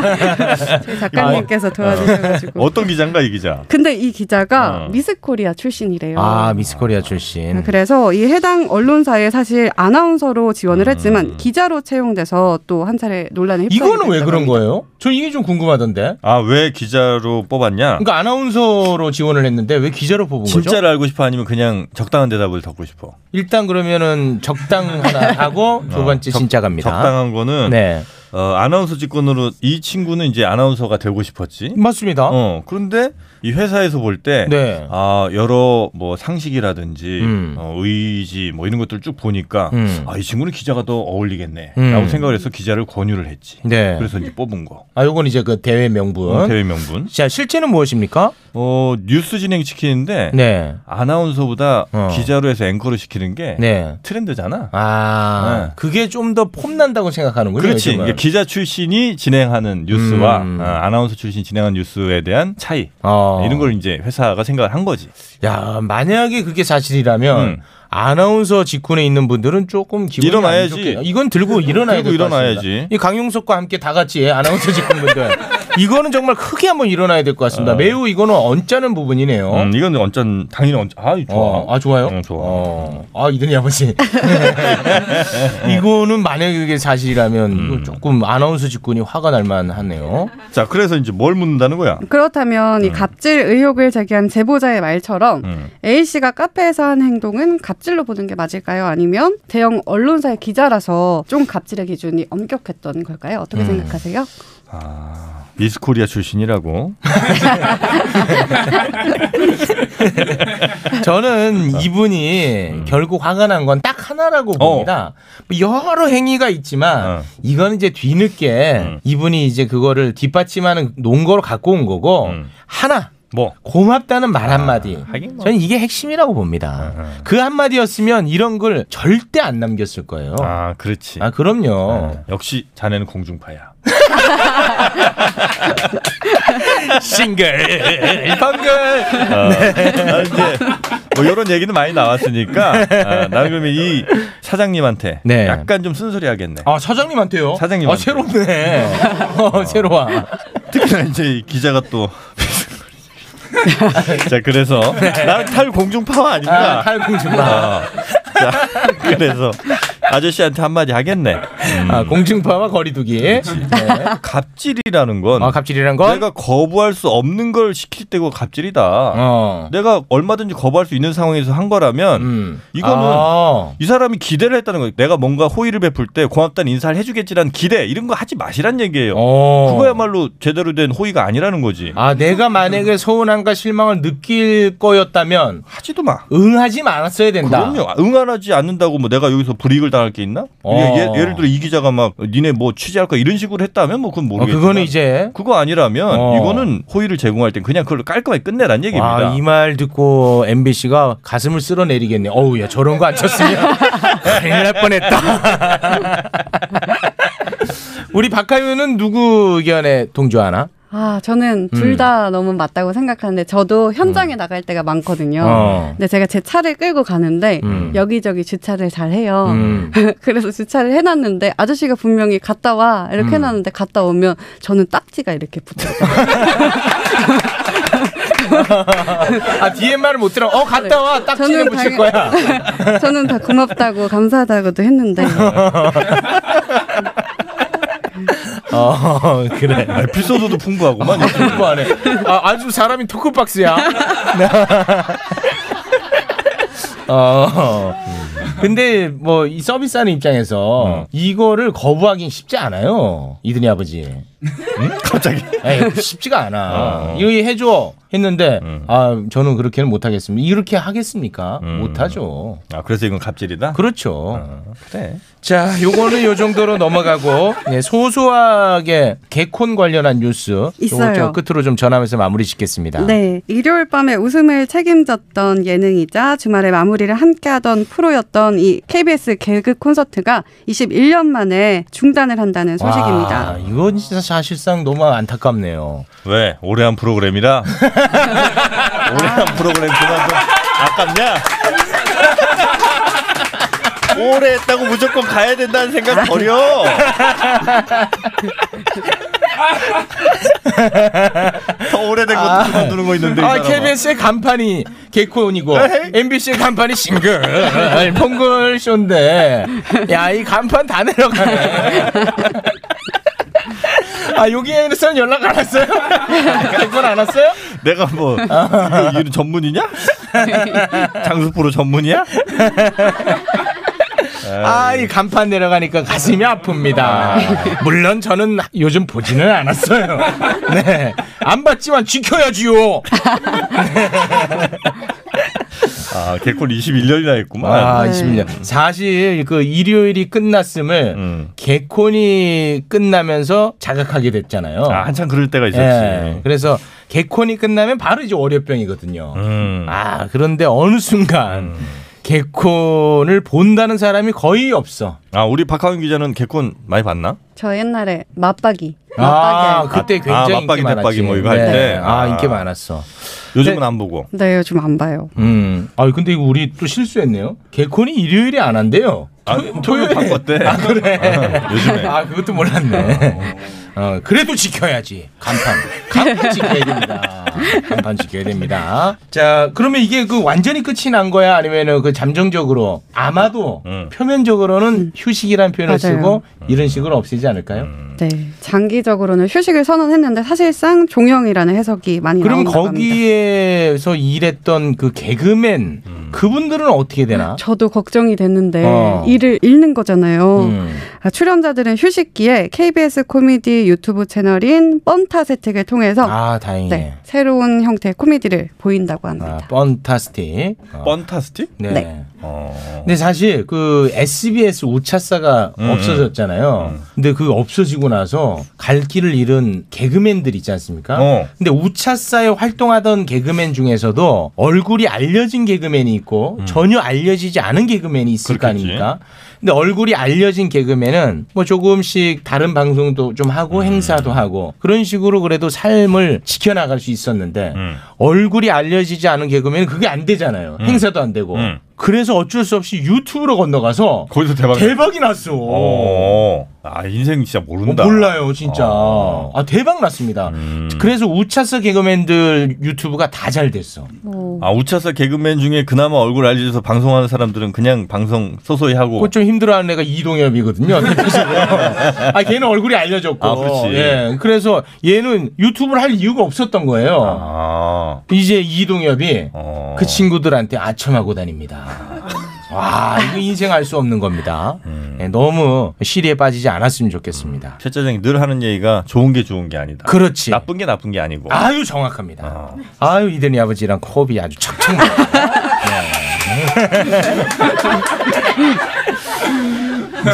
[SPEAKER 8] 저희 작가님께서 도와주셔가지고
[SPEAKER 3] 어떤 기자인가 이 기자?
[SPEAKER 8] 근데 이 기자가
[SPEAKER 3] 어.
[SPEAKER 8] 미스코리아 출신이래요.
[SPEAKER 4] 아, 미스코리아 출신.
[SPEAKER 8] 네, 그래서 이 해당 언론사에 사실 아나운서로
[SPEAKER 4] 음.
[SPEAKER 8] 지원을 했지만 기자로 채용돼서 또 한 차례 논란에 휩싸이게
[SPEAKER 4] 이거는 왜
[SPEAKER 8] 됐다고
[SPEAKER 4] 그런
[SPEAKER 8] 합니다.
[SPEAKER 4] 거예요? 저 이게 좀 궁금하던데.
[SPEAKER 3] 아 왜 기자로 뽑았냐?
[SPEAKER 4] 그러니까 아나운서로 지원을 했는데 왜 기자로 뽑은 거죠?
[SPEAKER 3] 진짜를 알고 싶어 아니면 그냥 적당한 대답을 듣고 싶어?
[SPEAKER 4] 일단 그러면은 적당 하나 하고 두 번째
[SPEAKER 3] 아, 적-
[SPEAKER 4] 진짜 갑니다.
[SPEAKER 3] 적당한 거는
[SPEAKER 4] 네.
[SPEAKER 3] 어, 아나운서 직군으로 이 친구는 이제 아나운서가 되고 싶었지.
[SPEAKER 4] 맞습니다.
[SPEAKER 3] 어 그런데 이 회사에서 볼 때 아
[SPEAKER 4] 네.
[SPEAKER 3] 여러 뭐 상식이라든지
[SPEAKER 4] 음.
[SPEAKER 3] 어, 의지 뭐 이런 것들 쭉 보니까
[SPEAKER 4] 음.
[SPEAKER 3] 아 이 친구는 기자가 더 어울리겠네라고
[SPEAKER 4] 음.
[SPEAKER 3] 생각을 해서 기자를 권유를 했지.
[SPEAKER 4] 네.
[SPEAKER 3] 그래서 이제 뽑은 거
[SPEAKER 4] 아, 요건 이제 그 대회 명분.
[SPEAKER 3] 대회 명분.
[SPEAKER 4] 자, 실제는 무엇입니까?
[SPEAKER 3] 어 뉴스 진행 시키는데
[SPEAKER 4] 네.
[SPEAKER 3] 아나운서보다
[SPEAKER 4] 어.
[SPEAKER 3] 기자로 해서 앵커로 시키는 게
[SPEAKER 4] 네.
[SPEAKER 3] 트렌드잖아.
[SPEAKER 4] 아,
[SPEAKER 3] 네.
[SPEAKER 4] 그게 좀 더 폼난다고 생각하는군요.
[SPEAKER 3] 그렇지.
[SPEAKER 4] 요즘은.
[SPEAKER 3] 이게 기자 출신이 진행하는 뉴스와
[SPEAKER 4] 음.
[SPEAKER 3] 어, 아나운서 출신 진행하는 뉴스에 대한 차이
[SPEAKER 4] 어.
[SPEAKER 3] 이런 걸 이제 회사가 생각을 한 거지.
[SPEAKER 4] 야, 만약에 그게 사실이라면
[SPEAKER 3] 음.
[SPEAKER 4] 아나운서 직군에 있는 분들은 조금 기분이
[SPEAKER 3] 일어나야지. 음,
[SPEAKER 4] 안 좋겠네요. 이건 들고 일어나야
[SPEAKER 3] 들고
[SPEAKER 4] 될것 같습니다.
[SPEAKER 3] 일어나야지.
[SPEAKER 4] 이 강용석과 함께 다 같이 아나운서 직군 분들 이거는 정말 크게 한번 일어나야 될 것 같습니다. 매우 이거는 언짢은 부분이네요.
[SPEAKER 3] 음, 이건 언짢 당연히 언짢. 아, 좋아.
[SPEAKER 4] 어, 아 좋아요.
[SPEAKER 3] 응, 좋아.
[SPEAKER 4] 어. 아 이든이 아버지. 이거는 만약에 그게 사실이라면
[SPEAKER 3] 음.
[SPEAKER 4] 이거 조금 아나운서 직군이 화가 날 만하네요.
[SPEAKER 3] 자, 그래서 이제 뭘 묻는다는 거야?
[SPEAKER 8] 그렇다면
[SPEAKER 4] 음.
[SPEAKER 8] 이 갑질 의혹을 제기한 제보자의 말처럼
[SPEAKER 3] 음.
[SPEAKER 8] A 씨가 카페에서 한 행동은 갑질로 보는 게 맞을까요? 아니면 대형 언론사의 기자라서 좀 갑질의 기준이 엄격했던 걸까요? 어떻게
[SPEAKER 4] 음.
[SPEAKER 8] 생각하세요?
[SPEAKER 3] 미스코리아 출신이라고. 음.
[SPEAKER 4] 저는 이분이 결국 화가 난 건 딱 하나라고 봅니다. 뭐 여러 행위가 있지만
[SPEAKER 3] 어. 음.
[SPEAKER 4] 이건 이제 뒤늦게 이분이 이제 그거를 뒷받침하는 논거로 갖고 온 거고
[SPEAKER 3] 음.
[SPEAKER 4] 하나
[SPEAKER 3] 뭐?
[SPEAKER 4] 고맙다는 말 한마디.
[SPEAKER 3] 하긴 뭐. 음,
[SPEAKER 4] 저는 이게 핵심이라고 봅니다. 그 한마디였으면 이런 걸 절대 안 남겼을 거예요. 아, 어.
[SPEAKER 3] 아, 그렇지.
[SPEAKER 4] 그럼요.
[SPEAKER 3] 역시 자네는 공중파야.
[SPEAKER 4] 싱글, 펑글. 네.
[SPEAKER 3] 아, 아, 어. 이제 뭐 이런 얘기는 많이 나왔으니까 아, 나는 그러면 이 사장님한테
[SPEAKER 4] 네.
[SPEAKER 3] 약간 좀 순소리하겠네.
[SPEAKER 4] 아 사장님한테요?
[SPEAKER 3] 사장님한테. 아.
[SPEAKER 4] 아 새롭네. 어, 새로워.
[SPEAKER 3] 특히나 이제 이 기자가 또. 자 그래서 나는 탈 공중파가 아닌가.
[SPEAKER 4] 아, 탈공중파.
[SPEAKER 3] 아, 자, 그래서 아저씨한테 한마디 하겠네. 음.
[SPEAKER 4] 아, 공중파와 거리두기. 네.
[SPEAKER 3] 갑질이라는 건
[SPEAKER 4] 아 갑질이란 건.
[SPEAKER 3] 어, 내가 거부할 수 없는 걸 시킬 때고 갑질이다.
[SPEAKER 4] 어.
[SPEAKER 3] 내가 얼마든지 거부할 수 있는 상황에서 한 거라면
[SPEAKER 4] 음.
[SPEAKER 3] 네. 이거는
[SPEAKER 4] 아.
[SPEAKER 3] 이 사람이 기대를 했다는 거예요. 내가 뭔가 호의를 베풀 때 고맙다는 인사를 해주겠지라는 기대 이런 거 하지 마시란 얘기예요.
[SPEAKER 4] 어.
[SPEAKER 3] 그거야말로 제대로 된 호의가 아니라는 거지.
[SPEAKER 4] 아 내가 만약에 서운함과 실망을 느낄 거였다면
[SPEAKER 3] 하지도 마.
[SPEAKER 4] 응하지 말았어야 된다.
[SPEAKER 3] 그럼요. 응안하지 않는다고 뭐 내가 여기서 불이익을 당할 게 있나?
[SPEAKER 4] 어.
[SPEAKER 3] 예, 를 들어 이 기자가 막 니네 뭐 취재할 거 이런 식으로 했다면 뭐 그건
[SPEAKER 4] 어,
[SPEAKER 3] 모르겠지만
[SPEAKER 4] 그거는 이제
[SPEAKER 3] 그거 아니라면
[SPEAKER 4] 어.
[SPEAKER 3] 이거는 호의를 제공할 땐 그냥 그걸 깔끔하게 끝내란 얘기입니다.
[SPEAKER 4] 아, 이 말 듣고 MBC가 가슴을 쓸어내리겠네. 어우, 야, 저런 거 안 쳤으면 큰일 날 뻔했다. 우리 박하윤은 누구 의견에 동조하나?
[SPEAKER 8] 아, 저는
[SPEAKER 4] 음.
[SPEAKER 8] 둘 다 너무 맞다고 생각하는데 저도 현장에 나갈 때가 많거든요.
[SPEAKER 4] 어.
[SPEAKER 8] 근데 제가 제 차를 끌고 가는데
[SPEAKER 4] 음.
[SPEAKER 8] 여기저기 주차를 잘 해요.
[SPEAKER 4] 음.
[SPEAKER 8] 그래서 주차를 해놨는데 아저씨가 분명히 갔다 와 이렇게
[SPEAKER 4] 음.
[SPEAKER 8] 해놨는데 갔다 오면 저는 딱지가 이렇게 붙어요.
[SPEAKER 4] 아, 뒤에 말을 못 들어. 어, 갔다 와. 딱지를
[SPEAKER 8] 저는
[SPEAKER 4] 붙일
[SPEAKER 8] 당연-
[SPEAKER 4] 거야.
[SPEAKER 8] 저는 다 고맙다고 감사하다고도 했는데
[SPEAKER 4] 어, 그래.
[SPEAKER 3] 에피소드도 풍부하고만.
[SPEAKER 4] 어, 공부하네. 아, 아주 사람이 토크박스야. 어. 근데 뭐 이 서비스하는 입장에서 이거를 거부하긴 쉽지 않아요. 이든이 아버지.
[SPEAKER 3] 갑자기.
[SPEAKER 4] 에이, 쉽지가 않아. 이거 해줘 했는데 아 저는 그렇게는 못하겠습니다. 이렇게 하겠습니까? 못하죠.
[SPEAKER 3] 아 그래서 이건 갑질이다.
[SPEAKER 4] 그렇죠.
[SPEAKER 3] 어. 그래.
[SPEAKER 4] 자, 요거는 요 정도로 넘어가고 예, 소소하게 개콘 관련한 뉴스 요거
[SPEAKER 8] 있어요.
[SPEAKER 4] 저 끝으로 좀 전하면서 마무리 짓겠습니다.
[SPEAKER 8] 네 일요일 밤에 웃음을 책임졌던 예능이자 주말에 마무리를 함께하던 프로였던 이 KBS 개그 콘서트가 21년 만에 중단을 한다는 소식입니다.
[SPEAKER 4] 와, 이건 진짜 사실상 너무 안타깝네요.
[SPEAKER 3] 왜 오래 한 프로그램이라. 오래 한 프로그램 그만 좀 아깝냐? 오래 했다고 무조건 가야 된다는 생각 버려. 더 오래된 것도 그만두는 거 있는데. 네, 이 네? 사람아.
[SPEAKER 4] 아, KBS의 간판이 개콘이고
[SPEAKER 3] 에헤이.
[SPEAKER 4] MBC의 간판이 싱글 퐁글 쇼인데 야 이 간판 다 내려가네. 아 여기에서는 연락 안 왔어요? 개콘 안 왔어요?
[SPEAKER 3] 내가 뭐 이거, 이거 전문이냐? 장수 프로 전문이야?
[SPEAKER 4] 아 이 간판 내려가니까 가슴이 아픕니다. 물론 저는 요즘 보지는 않았어요. 네, 안 봤지만 지켜야지요.
[SPEAKER 3] 아 개콘 21년이나 했구만.
[SPEAKER 4] 아,
[SPEAKER 8] 네.
[SPEAKER 4] 21년. 사실 그 일요일이 끝났음을
[SPEAKER 3] 음.
[SPEAKER 4] 개콘이 끝나면서 자각하게 됐잖아요.
[SPEAKER 3] 아, 한참 그럴 때가 있었지.
[SPEAKER 4] 어. 예. 그래서 개콘이 끝나면 바로 이제 월요병이거든요.
[SPEAKER 3] 음.
[SPEAKER 4] 아, 그런데 어느 순간 개콘을 본다는 사람이 거의 없어.
[SPEAKER 3] 아 우리 박하윤 기자는 개콘 많이 봤나?
[SPEAKER 8] 저 옛날에 맞박이 맞박이
[SPEAKER 4] 아,
[SPEAKER 8] 할 때.
[SPEAKER 4] 그때
[SPEAKER 3] 아,
[SPEAKER 4] 굉장히
[SPEAKER 3] 맞박이,
[SPEAKER 4] 인기 많았지.
[SPEAKER 3] 대박이 뭐 이거 할 때.
[SPEAKER 4] 아,
[SPEAKER 3] 아.
[SPEAKER 4] 인기 많았어.
[SPEAKER 3] 요즘은 안 보고.
[SPEAKER 4] 그
[SPEAKER 8] 네 요즘 안 봐요.
[SPEAKER 4] 음. 아, 근데 이거 우리 또 실수했네요. 개콘이 일요일에 안 한대요.
[SPEAKER 3] 아,
[SPEAKER 4] 토-
[SPEAKER 3] 토요일 바꿨대.
[SPEAKER 4] 아, 그래.
[SPEAKER 3] 어, 요즘에.
[SPEAKER 4] 아, 그것도 몰랐네. 어, 그래도 지켜야지. 간판. 간판 지켜야 됩니다. 간판 지켜야 됩니다. 자, 그러면 이게 그 완전히 끝이 난 거야? 아니면은 그 잠정적으로? 아마도
[SPEAKER 3] 음.
[SPEAKER 4] 표면적으로는 휴식이라는 표현을
[SPEAKER 8] 맞아요.
[SPEAKER 4] 쓰고 이런 식으로 없애지 않을까요?
[SPEAKER 8] 네 장기적으로는 휴식을 선언했는데 사실상 종영이라는 해석이 많이
[SPEAKER 4] 그럼
[SPEAKER 8] 나온다고 합니다.
[SPEAKER 4] 거기에서 일했던 그 개그맨 그분들은 어떻게 되나?
[SPEAKER 8] 저도 걱정이 됐는데
[SPEAKER 4] 어.
[SPEAKER 8] 일을 잃는 거잖아요.
[SPEAKER 4] 음.
[SPEAKER 8] 아, 출연자들은 휴식기에 KBS 코미디 유튜브 채널인 뻔타 세택을 통해서
[SPEAKER 4] 아, 다행이네.
[SPEAKER 8] 네, 새로운 형태의 코미디를 보인다고 합니다.
[SPEAKER 4] 아, 펀타스틱. 어.
[SPEAKER 3] 펀타스틱?
[SPEAKER 4] 네.
[SPEAKER 8] 네.
[SPEAKER 3] 어.
[SPEAKER 4] 근데 사실 그 SBS 우차사가
[SPEAKER 3] 음,
[SPEAKER 4] 없어졌잖아요. 근데 그 없어지고 나서 갈 길을 잃은 개그맨들 있지 않습니까?
[SPEAKER 3] 어.
[SPEAKER 4] 근데 우차사에 활동하던 개그맨 중에서도 얼굴이 알려진 개그맨이 있고 전혀 알려지지 않은 개그맨이 있을 거
[SPEAKER 3] 음. 그렇겠지.
[SPEAKER 4] 아닙니까? 근데 얼굴이 알려진 개그맨은 뭐 조금씩 다른 방송도 좀
[SPEAKER 3] 음.
[SPEAKER 4] 하고 행사도 하고 그런 식으로 그래도 삶을 지켜나갈 수 있었는데
[SPEAKER 3] 음.
[SPEAKER 4] 얼굴이 알려지지 않은 개그맨은 그게 안 되잖아요. 행사도 안 되고.
[SPEAKER 3] 음.
[SPEAKER 4] 그래서 어쩔 수 없이 유튜브로 건너가서
[SPEAKER 3] 거기서 대박.
[SPEAKER 4] 대박이 났어.
[SPEAKER 3] 어. 아 인생 진짜
[SPEAKER 4] 어,
[SPEAKER 3] 모른다.
[SPEAKER 4] 몰라요, 진짜.
[SPEAKER 3] 아.
[SPEAKER 4] 아, 대박 났습니다.
[SPEAKER 3] 음.
[SPEAKER 4] 그래서 우차스 개그맨들 유튜브가 다 잘 됐어.
[SPEAKER 8] 오.
[SPEAKER 3] 아 우차사 개그맨 중에 그나마 얼굴 알려져서 방송하는 사람들은 그냥 방송 소소히 하고.
[SPEAKER 4] 그거 좀 힘들어하는 애가 이동엽이거든요. 대표적으로. 아, 걔는 얼굴이 알려졌고.
[SPEAKER 3] 아, 그렇지.
[SPEAKER 4] 예. 그래서 얘는 유튜브를 할 이유가 없었던 거예요.
[SPEAKER 3] 아.
[SPEAKER 4] 이제 이동엽이
[SPEAKER 3] 어.
[SPEAKER 4] 그 친구들한테 아첨하고 다닙니다. 와, 이거 인생 알 수 없는 겁니다.
[SPEAKER 3] 음.
[SPEAKER 4] 예, 너무 시리에 빠지지 않았으면 좋겠습니다.
[SPEAKER 3] 최 짜장이 늘 하는 얘기가 좋은 게 좋은 게 아니다.
[SPEAKER 4] 그렇지.
[SPEAKER 3] 나쁜 게 나쁜 게 아니고.
[SPEAKER 4] 아유, 정확합니다.
[SPEAKER 3] 어.
[SPEAKER 4] 아유, 이든이 아버지랑 호흡이 아주 네. 착착 맞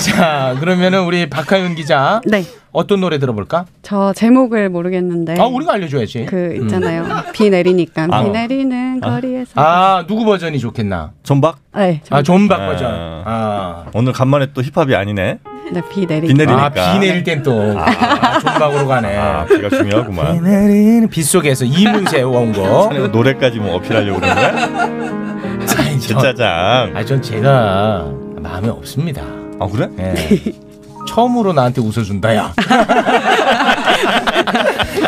[SPEAKER 4] 자, 그러면은 우리 박하윤 기자
[SPEAKER 8] 네.
[SPEAKER 4] 어떤 노래 들어볼까?
[SPEAKER 8] 저 제목을 모르겠는데.
[SPEAKER 4] 아, 우리가 알려줘야지.
[SPEAKER 8] 네.
[SPEAKER 4] 음.
[SPEAKER 8] 그 있잖아요. 비 내리니까
[SPEAKER 3] 아.
[SPEAKER 8] 비 내리는 거리에서.
[SPEAKER 4] 아, 누구 버전이 좋겠나?
[SPEAKER 3] 존박
[SPEAKER 8] 네, 저-
[SPEAKER 4] 아, 존박
[SPEAKER 3] 아.
[SPEAKER 4] 버전. 아,
[SPEAKER 3] 오늘 간만에 또 힙합이 아니네.
[SPEAKER 8] 네, 비 내리.
[SPEAKER 3] 비 내리니까.
[SPEAKER 4] 아, 비 내릴 땐 또 아, 존박으로 가네.
[SPEAKER 3] 아 비가
[SPEAKER 4] 비
[SPEAKER 3] 중요하구만.
[SPEAKER 4] 내리는 빗속에서 이문세 원고.
[SPEAKER 3] 노래까지 뭐 어필하려고 그러는 거야? 최 짜장.
[SPEAKER 4] 아, 전 제가 마음에 없습니다.
[SPEAKER 3] 아 그래?
[SPEAKER 4] 예. 처음으로 나한테 웃어준다, 야.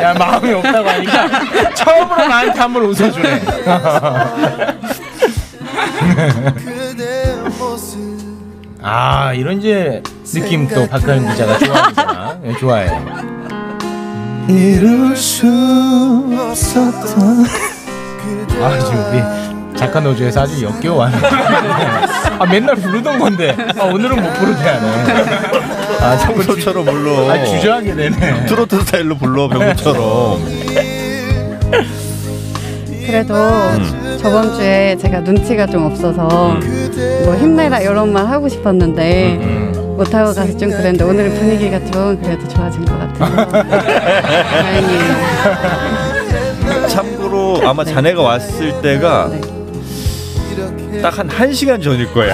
[SPEAKER 4] 야, 마음이 없다고 하니까 처음으로 나한테 한 번 웃어주네. 아, 이런 이제 느낌 또 박하영 기자가 좋아하잖아. 예, 좋아해. 이룰 수 없었던 아, 지금 우리 작가 노조에서 아주 역겨워하네. 아, 맨날 부르던 건데. 아, 오늘은 못 부르게 하네. 아, 자꾸 주-
[SPEAKER 3] 평소처럼 불러.
[SPEAKER 4] 아, 주저하게 되네.
[SPEAKER 3] 트로트 스타일로 불러 병구처럼.
[SPEAKER 8] 그래도 저번 주에 제가 눈치가 좀 없어서 뭐 힘내라 이런 말 하고 싶었는데
[SPEAKER 3] 음,
[SPEAKER 8] 못하고 가서 좀 그랬는데 오늘 분위기가 좀 그래도 좋아진 것 같아요. 다행이에요.
[SPEAKER 3] 참고로 아마 자네가 왔을 때가 딱 한 1시간 전일 거야.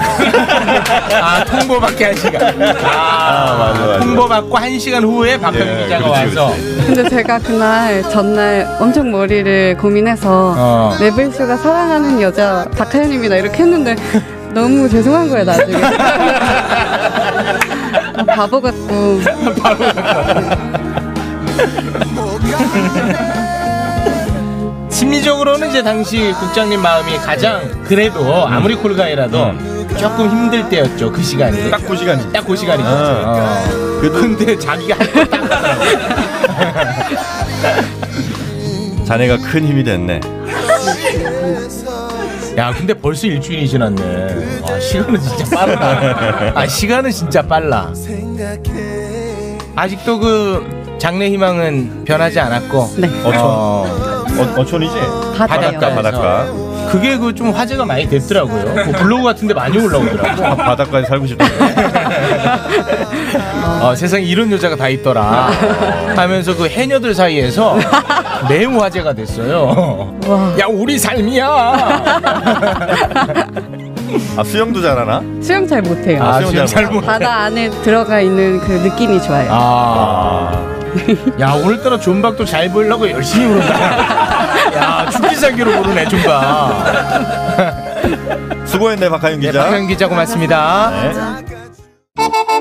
[SPEAKER 4] 아, 통보받기 한 시간. 아,
[SPEAKER 3] 맞아, 맞아.
[SPEAKER 4] 통보받고 한 시간 후에 박현민
[SPEAKER 3] 예,
[SPEAKER 4] 기자가
[SPEAKER 3] 그렇지,
[SPEAKER 4] 와서.
[SPEAKER 8] 근데 제가 그날 전날 엄청 머리를 고민해서
[SPEAKER 4] 어.
[SPEAKER 8] 레벨쇼가 사랑하는 여자 박하연입니다 이렇게 했는데 너무 죄송한 거예요 나중에. 아, 바보 같고
[SPEAKER 4] 심리적으로는 이제 당시 국장님 마음이 가장 그래도 아무리
[SPEAKER 3] 음.
[SPEAKER 4] 콜가이라도 조금 힘들 때였죠. 그 시간이.
[SPEAKER 3] 딱 9시간이.
[SPEAKER 4] 딱 그 시간이죠.
[SPEAKER 3] 음. 아.
[SPEAKER 4] 어. 근데 자기가 할거딱
[SPEAKER 3] 자네가 큰 힘이 됐네.
[SPEAKER 4] 야, 근데 벌써 일주일이 지났네. 와, 시간은 진짜 빠르다. 아, 시간은 진짜 빨라. 아직도 그 장래 희망은 변하지 않았고.
[SPEAKER 8] 네
[SPEAKER 3] 어촌.
[SPEAKER 4] 어,
[SPEAKER 3] 어, 촌이지
[SPEAKER 8] 바다요.
[SPEAKER 3] 바닷가, 바닷가.
[SPEAKER 4] 그게 그 좀 화제가 많이 됐더라고요. 뭐 블로그 같은데 많이 올라오더라고.
[SPEAKER 3] 아, 바닷가에 살고 싶다.
[SPEAKER 4] 어, 세상에 이런 여자가 다 있더라. 하면서 그 해녀들 사이에서 매우 화제가 됐어요. 야, 우리 삶이야.
[SPEAKER 3] 아, 수영도 잘하나?
[SPEAKER 8] 수영 잘 못해요.
[SPEAKER 4] 아, 지금 잘못.
[SPEAKER 8] 바다 안에 들어가 있는 그 느낌이 좋아요.
[SPEAKER 4] 아. 야, 오늘따라 존박도 잘 보이려고 열심히 부른다. 야, 죽기살기로 부르네, 존박.
[SPEAKER 3] 수고했네, 박하윤
[SPEAKER 4] 네,
[SPEAKER 3] 기자. 네.
[SPEAKER 4] 박현 기자 고맙습니다.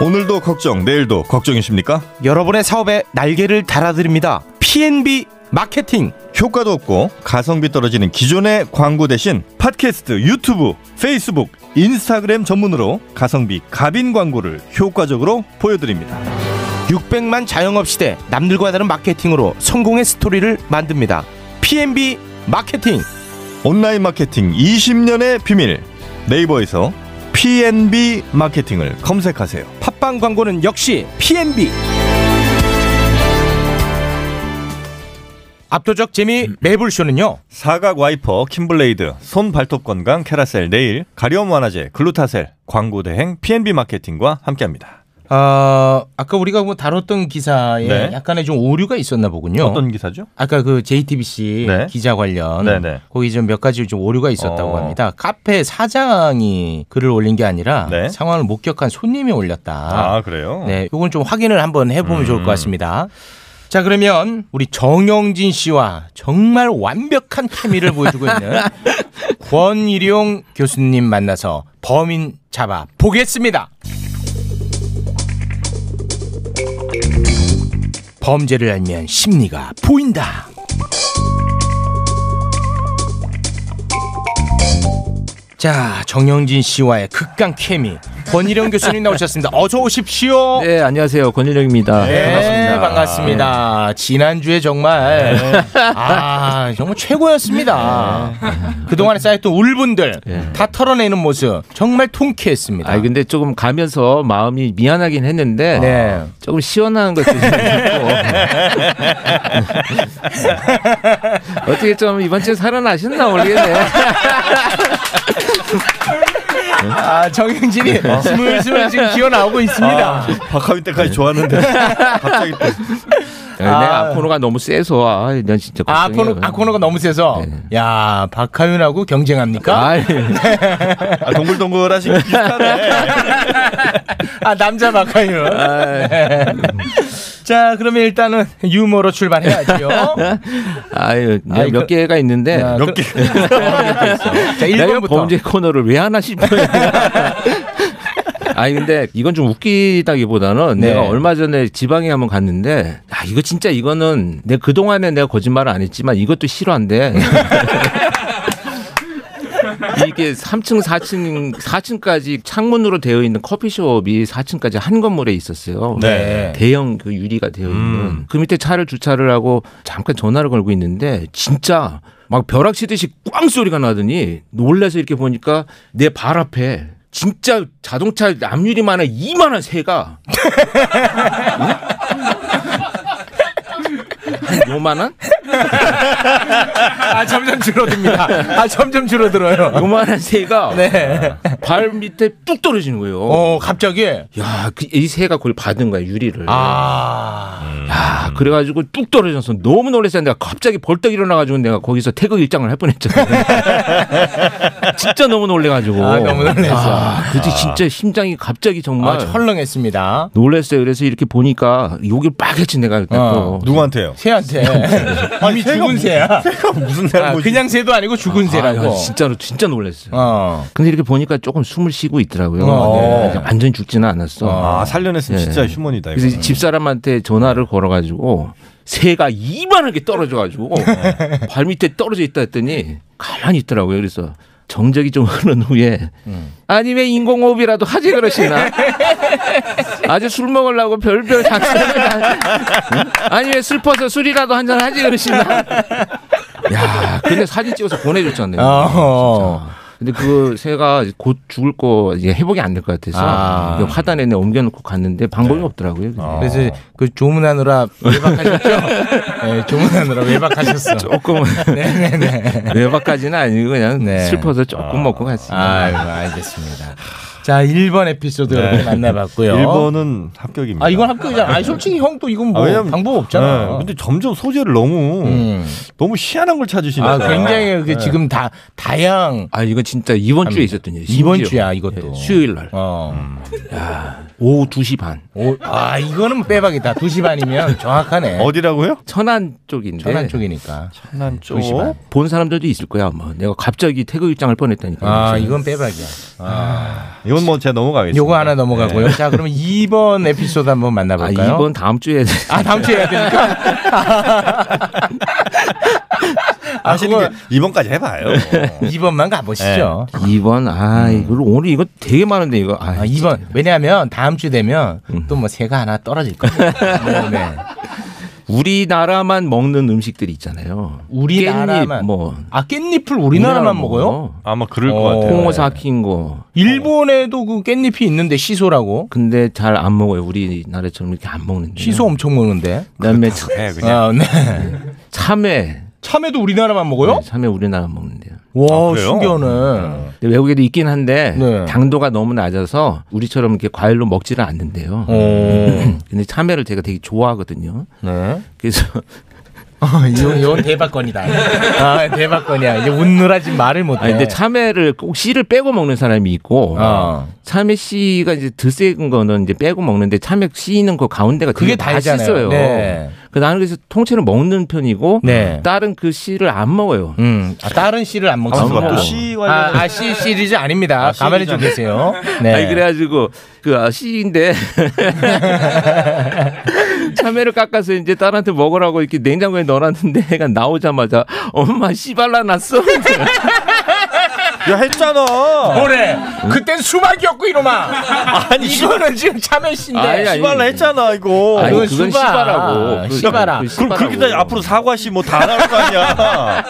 [SPEAKER 3] 오늘도 걱정 내일도 걱정이십니까?
[SPEAKER 4] 여러분의 사업에 날개를 달아드립니다 PNB 마케팅
[SPEAKER 3] 효과도 없고 가성비 떨어지는 기존의 광고 대신 팟캐스트, 유튜브, 페이스북, 인스타그램 전문으로 가성비 갑인 광고를 효과적으로 보여드립니다.
[SPEAKER 4] 600만 자영업 시대 남들과 다른 마케팅으로 성공의 스토리를 만듭니다 PNB 마케팅
[SPEAKER 3] 온라인 마케팅 20년의 비밀 네이버에서 PNB 마케팅을 검색하세요.
[SPEAKER 4] 팟빵 광고는 역시 PNB. 압도적 재미
[SPEAKER 3] 음.
[SPEAKER 4] 매불쇼는요.
[SPEAKER 3] 사각 와이퍼, 킴블레이드, 손 발톱 건강, 캐라셀, 네일, 가려움 완화제, 글루타셀, 광고 대행 PNB 마케팅과 함께합니다.
[SPEAKER 4] 아 아까 우리가 뭐 다뤘던 기사에
[SPEAKER 3] 네.
[SPEAKER 4] 약간의 좀 오류가 있었나 보군요.
[SPEAKER 3] 어떤 기사죠?
[SPEAKER 4] 아까 그 JTBC
[SPEAKER 3] 네.
[SPEAKER 4] 기자 관련
[SPEAKER 3] 네네.
[SPEAKER 4] 거기 좀 몇 가지 좀 오류가 있었다고
[SPEAKER 3] 어.
[SPEAKER 4] 합니다. 카페 사장이 글을 올린 게 아니라
[SPEAKER 3] 네.
[SPEAKER 4] 상황을 목격한 손님이 올렸다.
[SPEAKER 3] 아, 그래요?
[SPEAKER 4] 네, 요건 좀 확인을 한번 해보면 좋을 것 같습니다. 자, 그러면 우리 정영진 씨와 정말 완벽한 케미를 보여주고 있는 권일용 교수님 만나서 범인 잡아 보겠습니다. 범죄를 알면 심리가 보인다. 자, 정영진 씨와의 극강 케미 권일용 교수님 나오셨습니다. 어서 오십시오.
[SPEAKER 9] 네, 안녕하세요. 권일영입니다. 네.
[SPEAKER 4] 네, 반갑습니다. 지난주에 정말 아 정말 최고였습니다. 그동안에 쌓였던 울분들 다 털어내는 모습 정말 통쾌했습니다.
[SPEAKER 9] 네. 아, 근데 조금 가면서 마음이 미안하긴 했는데
[SPEAKER 4] 네.
[SPEAKER 9] 조금 시원한 것들이 있고 어떻게 좀 이번 주에 살아나셨나 모르겠네.
[SPEAKER 4] 아 정영진이
[SPEAKER 9] 네.
[SPEAKER 4] 스물스물 지금 기어 나오고
[SPEAKER 9] 아,
[SPEAKER 4] 있습니다.
[SPEAKER 3] 아, 박하위 때까지 좋았는데 갑자기 또
[SPEAKER 9] 네, 내 아코노가 너무 세서 아, 난 진짜
[SPEAKER 4] 아,
[SPEAKER 9] 걱정이에요.
[SPEAKER 4] 코너, 아 코너가 너무 세서
[SPEAKER 9] 네.
[SPEAKER 4] 야 박하윤하고 경쟁합니까?
[SPEAKER 9] 아,
[SPEAKER 4] 아,
[SPEAKER 9] 예.
[SPEAKER 3] 아, 동글동글하신 게 비슷하네.
[SPEAKER 4] 아, 남자 박하윤.
[SPEAKER 9] 아, 예.
[SPEAKER 4] 자 그러면 일단은 유머로 출발해야죠.
[SPEAKER 9] 아유, 내가
[SPEAKER 4] 아이,
[SPEAKER 9] 몇
[SPEAKER 4] 그-
[SPEAKER 9] 개가 있는데
[SPEAKER 4] 야, 그-
[SPEAKER 3] 개.
[SPEAKER 4] 자
[SPEAKER 9] 내가
[SPEAKER 4] 1번부터
[SPEAKER 9] 범죄 코너를 왜 하나 싶어요. 아니 근데 이건 좀 웃기다기보다는
[SPEAKER 4] 네.
[SPEAKER 9] 내가 얼마 전에 지방에 한번 갔는데 아 이거 진짜 이거는 내가 그동안에 내가 거짓말을 안 했지만 이것도 실화인데 이게 3층 4층 4층까지 창문으로 되어 있는 커피숍이 4층까지 한 건물에 있었어요.
[SPEAKER 3] 네.
[SPEAKER 9] 대형 그 유리가 되어 있는
[SPEAKER 3] 음.
[SPEAKER 9] 그 밑에 차를 주차를 하고 잠깐 전화를 걸고 있는데 진짜 막 벼락 치듯이 꽝 소리가 나더니 놀라서 이렇게 보니까 내 발 앞에 진짜 자동차 앞유리만한 이만한 새가 요만한
[SPEAKER 4] 아 점점 줄어듭니다. 아 점점 줄어들어요.
[SPEAKER 9] 요만한 새가
[SPEAKER 4] 네.
[SPEAKER 9] 발 밑에 뚝 뭐- 떨어지는 거예요.
[SPEAKER 4] 어 갑자기
[SPEAKER 9] 야, 그, 이 새가 그걸 받은 거야 유리를.
[SPEAKER 4] 아
[SPEAKER 9] 야, 그래가지고 뚝 떨어져서 너무 놀랐어요. 내가 갑자기 벌떡 일어나가지고 내가 거기서 태극 일장을 할 뻔했잖아요. 진짜 너무 놀래가지고.
[SPEAKER 4] 아, 너무 놀랐어.
[SPEAKER 9] 아, 그때 진짜 심장이 갑자기 정말
[SPEAKER 4] 아, 철렁했습니다.
[SPEAKER 9] 놀랐어요. 그래서 이렇게 보니까 여기 빨개진 내가 그때
[SPEAKER 4] 어.
[SPEAKER 9] 또.
[SPEAKER 3] 누구한테요?
[SPEAKER 4] 세한 새한테 이미 죽은 새야. 무슨
[SPEAKER 9] 새라는 거지?
[SPEAKER 4] 그냥 새도 아니고 죽은 새라고.
[SPEAKER 9] 아, 진짜로 진짜 놀랐어요.
[SPEAKER 4] 어.
[SPEAKER 9] 근데 이렇게 보니까 조금 숨을 쉬고 있더라고요.
[SPEAKER 4] 어.
[SPEAKER 9] 네, 아직 완전히 죽지는 않았어.
[SPEAKER 3] 아, 살려냈으면
[SPEAKER 4] 네.
[SPEAKER 9] 예.
[SPEAKER 3] 진짜 휴먼이다,
[SPEAKER 9] 그래서
[SPEAKER 3] 이거는.
[SPEAKER 9] 집사람한테 전화를 걸어가지고 새가 이만하게 떨어져가지고
[SPEAKER 3] 네.
[SPEAKER 9] 발 밑에 떨어져 있다 했더니 가만히 있더라고요. 그래서 정적이 좀 흐른 후에
[SPEAKER 3] 음.
[SPEAKER 9] 아니 왜 인공호흡이라도 하지 그러시나? 아주 술 먹으려고 별별 작전을 다- 응? 아니 왜 슬퍼서 술이라도 한잔 하지 그러시나? 야, 근데 사진 찍어서 보내줬잖아요. 진짜. 근데 그 새가 곧 죽을 거 이제 회복이 안 될 것 같아서
[SPEAKER 4] 아.
[SPEAKER 9] 이거 화단에 그냥 옮겨놓고 갔는데 방법이 없더라고요.
[SPEAKER 4] 그래서 그 조문하느라 외박하셨죠? 네, 조문하느라 외박하셨어.
[SPEAKER 9] 조금은
[SPEAKER 4] 네네네.
[SPEAKER 9] 외박까지는 아니고 그냥
[SPEAKER 4] 네.
[SPEAKER 9] 슬퍼서 조금 먹고 갔습니다.
[SPEAKER 4] 아유, 알겠습니다. 자, 1번 에피소드
[SPEAKER 9] 네.
[SPEAKER 4] 여러분 만나봤고요.
[SPEAKER 3] 1번은 합격입니다.
[SPEAKER 4] 아, 이건 합격이잖아. 아니, 솔직히 형 또 이건 뭐 방법 없잖아. 음.
[SPEAKER 3] 네, 근데 점점 소재를 너무 너무 희한한 걸 찾으시니까.
[SPEAKER 4] 아, 굉장히 그
[SPEAKER 3] 네.
[SPEAKER 4] 지금 다 다양.
[SPEAKER 9] 아 이거 진짜 이번 어. 주에 있었던 일이
[SPEAKER 4] 이번 주야 이것도.
[SPEAKER 9] 수요일 날. 음. 야, 오후 2시 반.
[SPEAKER 4] 어. 오, 아 이거는 빼박이다. 2시 반이면 정확하네.
[SPEAKER 3] 어디라고요?
[SPEAKER 9] 천안 쪽인데.
[SPEAKER 4] 천안 쪽이니까.
[SPEAKER 3] 천안
[SPEAKER 4] 쪽.
[SPEAKER 9] 본 사람들도 있을 거야. 뭐 내가 갑자기 태극 입장을 뻔했다니까.
[SPEAKER 4] 아 이건 빼박이야.
[SPEAKER 3] 이건 뭐 제가 넘어가겠습니다.
[SPEAKER 4] 요거 하나 넘어가고요.
[SPEAKER 9] 네.
[SPEAKER 4] 자 그러면 2번 에피소드 한번 만나볼까요?
[SPEAKER 9] 아, 이번 다음 주에.
[SPEAKER 4] 아 다음 주에 해야 되니까. 아, 네.
[SPEAKER 3] 하시는
[SPEAKER 4] 그거- 네.
[SPEAKER 3] 게 2번까지 해봐요.
[SPEAKER 4] 2번만 가보시죠.
[SPEAKER 9] 2번 아 이걸 오늘 이거 되게 많은데 이거 아,
[SPEAKER 4] 아, 2번 왜냐하면 다음 주 되면 또 뭐 새가 하나 떨어질 거예요. 네.
[SPEAKER 9] 우리나라만 먹는 음식들이 있잖아요.
[SPEAKER 4] 우리나라만.
[SPEAKER 9] 깻잎 뭐
[SPEAKER 4] 아 깻잎을 우리나라만 먹어요?
[SPEAKER 3] 아마 그럴
[SPEAKER 4] 것 같아요.
[SPEAKER 9] 홍어 삭힌 거.
[SPEAKER 4] 일본에도 그 깻잎이 있는데 시소라고.
[SPEAKER 9] 근데 잘 안 먹어요. 우리나라처럼 이렇게 안 먹는데.
[SPEAKER 4] 시소 엄청 먹는데.
[SPEAKER 9] 그다음에
[SPEAKER 3] 해,
[SPEAKER 4] 아, 네.
[SPEAKER 9] 참외. 네,
[SPEAKER 4] 참외도 우리나라만 먹어요?
[SPEAKER 9] 참외 우리나라만 먹는데요.
[SPEAKER 4] 와
[SPEAKER 3] 아, 그래요?
[SPEAKER 4] 신기하네.
[SPEAKER 9] 근데 외국에도 있긴 한데
[SPEAKER 4] 네.
[SPEAKER 9] 당도가 너무 낮아서 우리처럼 이렇게 과일로 먹지를
[SPEAKER 4] 어.
[SPEAKER 9] 않는데요.
[SPEAKER 4] 오.
[SPEAKER 9] 근데 참외를 제가 되게 좋아하거든요.
[SPEAKER 4] 네.
[SPEAKER 9] 그래서
[SPEAKER 4] 아, 이건, 이건 대박건이다. 아, 대박건이야. 이제 웃느라 지금 말을 못해.
[SPEAKER 9] 아 근데 참외를 꼭 씨를 빼고 먹는 사람이 있고
[SPEAKER 4] 어.
[SPEAKER 9] 참외 씨가 이제 드세은 거는 이제 빼고 먹는데 참외 씨 있는 그 가운데가
[SPEAKER 4] 그게
[SPEAKER 9] 되게
[SPEAKER 4] 다잖아요.
[SPEAKER 9] 맛있어요.
[SPEAKER 4] 네.
[SPEAKER 9] 그 나는 그래서 통째로 먹는 편이고
[SPEAKER 4] 네.
[SPEAKER 9] 다른 그 씨를 안 먹어요.
[SPEAKER 4] 음, 아, 다른 씨를 안
[SPEAKER 3] 아,
[SPEAKER 4] 먹습니다.
[SPEAKER 3] 또
[SPEAKER 9] 어.
[SPEAKER 3] C
[SPEAKER 4] 아,
[SPEAKER 3] 관련
[SPEAKER 4] 아, 씨 시리즈 아닙니다.
[SPEAKER 3] 아,
[SPEAKER 4] 가만히
[SPEAKER 3] 시리즈
[SPEAKER 4] 좀 계세요. 네.
[SPEAKER 9] 아니 그래가지고 그 아, 씨인데 참외를 깎아서 이제 딸한테 먹으라고 이렇게 냉장고에 넣어놨는데 애가 나오자마자 엄마 씨 발라놨어.
[SPEAKER 4] 아.
[SPEAKER 3] 야 했잖아.
[SPEAKER 4] 뭐래? 그땐 수박이었고 이놈아. 아니 이거는 지금 참외 씨인데.
[SPEAKER 9] 아니, 아니.
[SPEAKER 3] 씨발라 했잖아 이거.
[SPEAKER 9] 아니,
[SPEAKER 4] 그건
[SPEAKER 9] 그건
[SPEAKER 4] 씨발.
[SPEAKER 9] 씨발하고. 그-
[SPEAKER 4] 씨발아.
[SPEAKER 9] 그
[SPEAKER 3] 그럼
[SPEAKER 9] 씨발하고.
[SPEAKER 3] 그렇게 따지 앞으로 사과 씨 뭐 다 나올 거 아니야.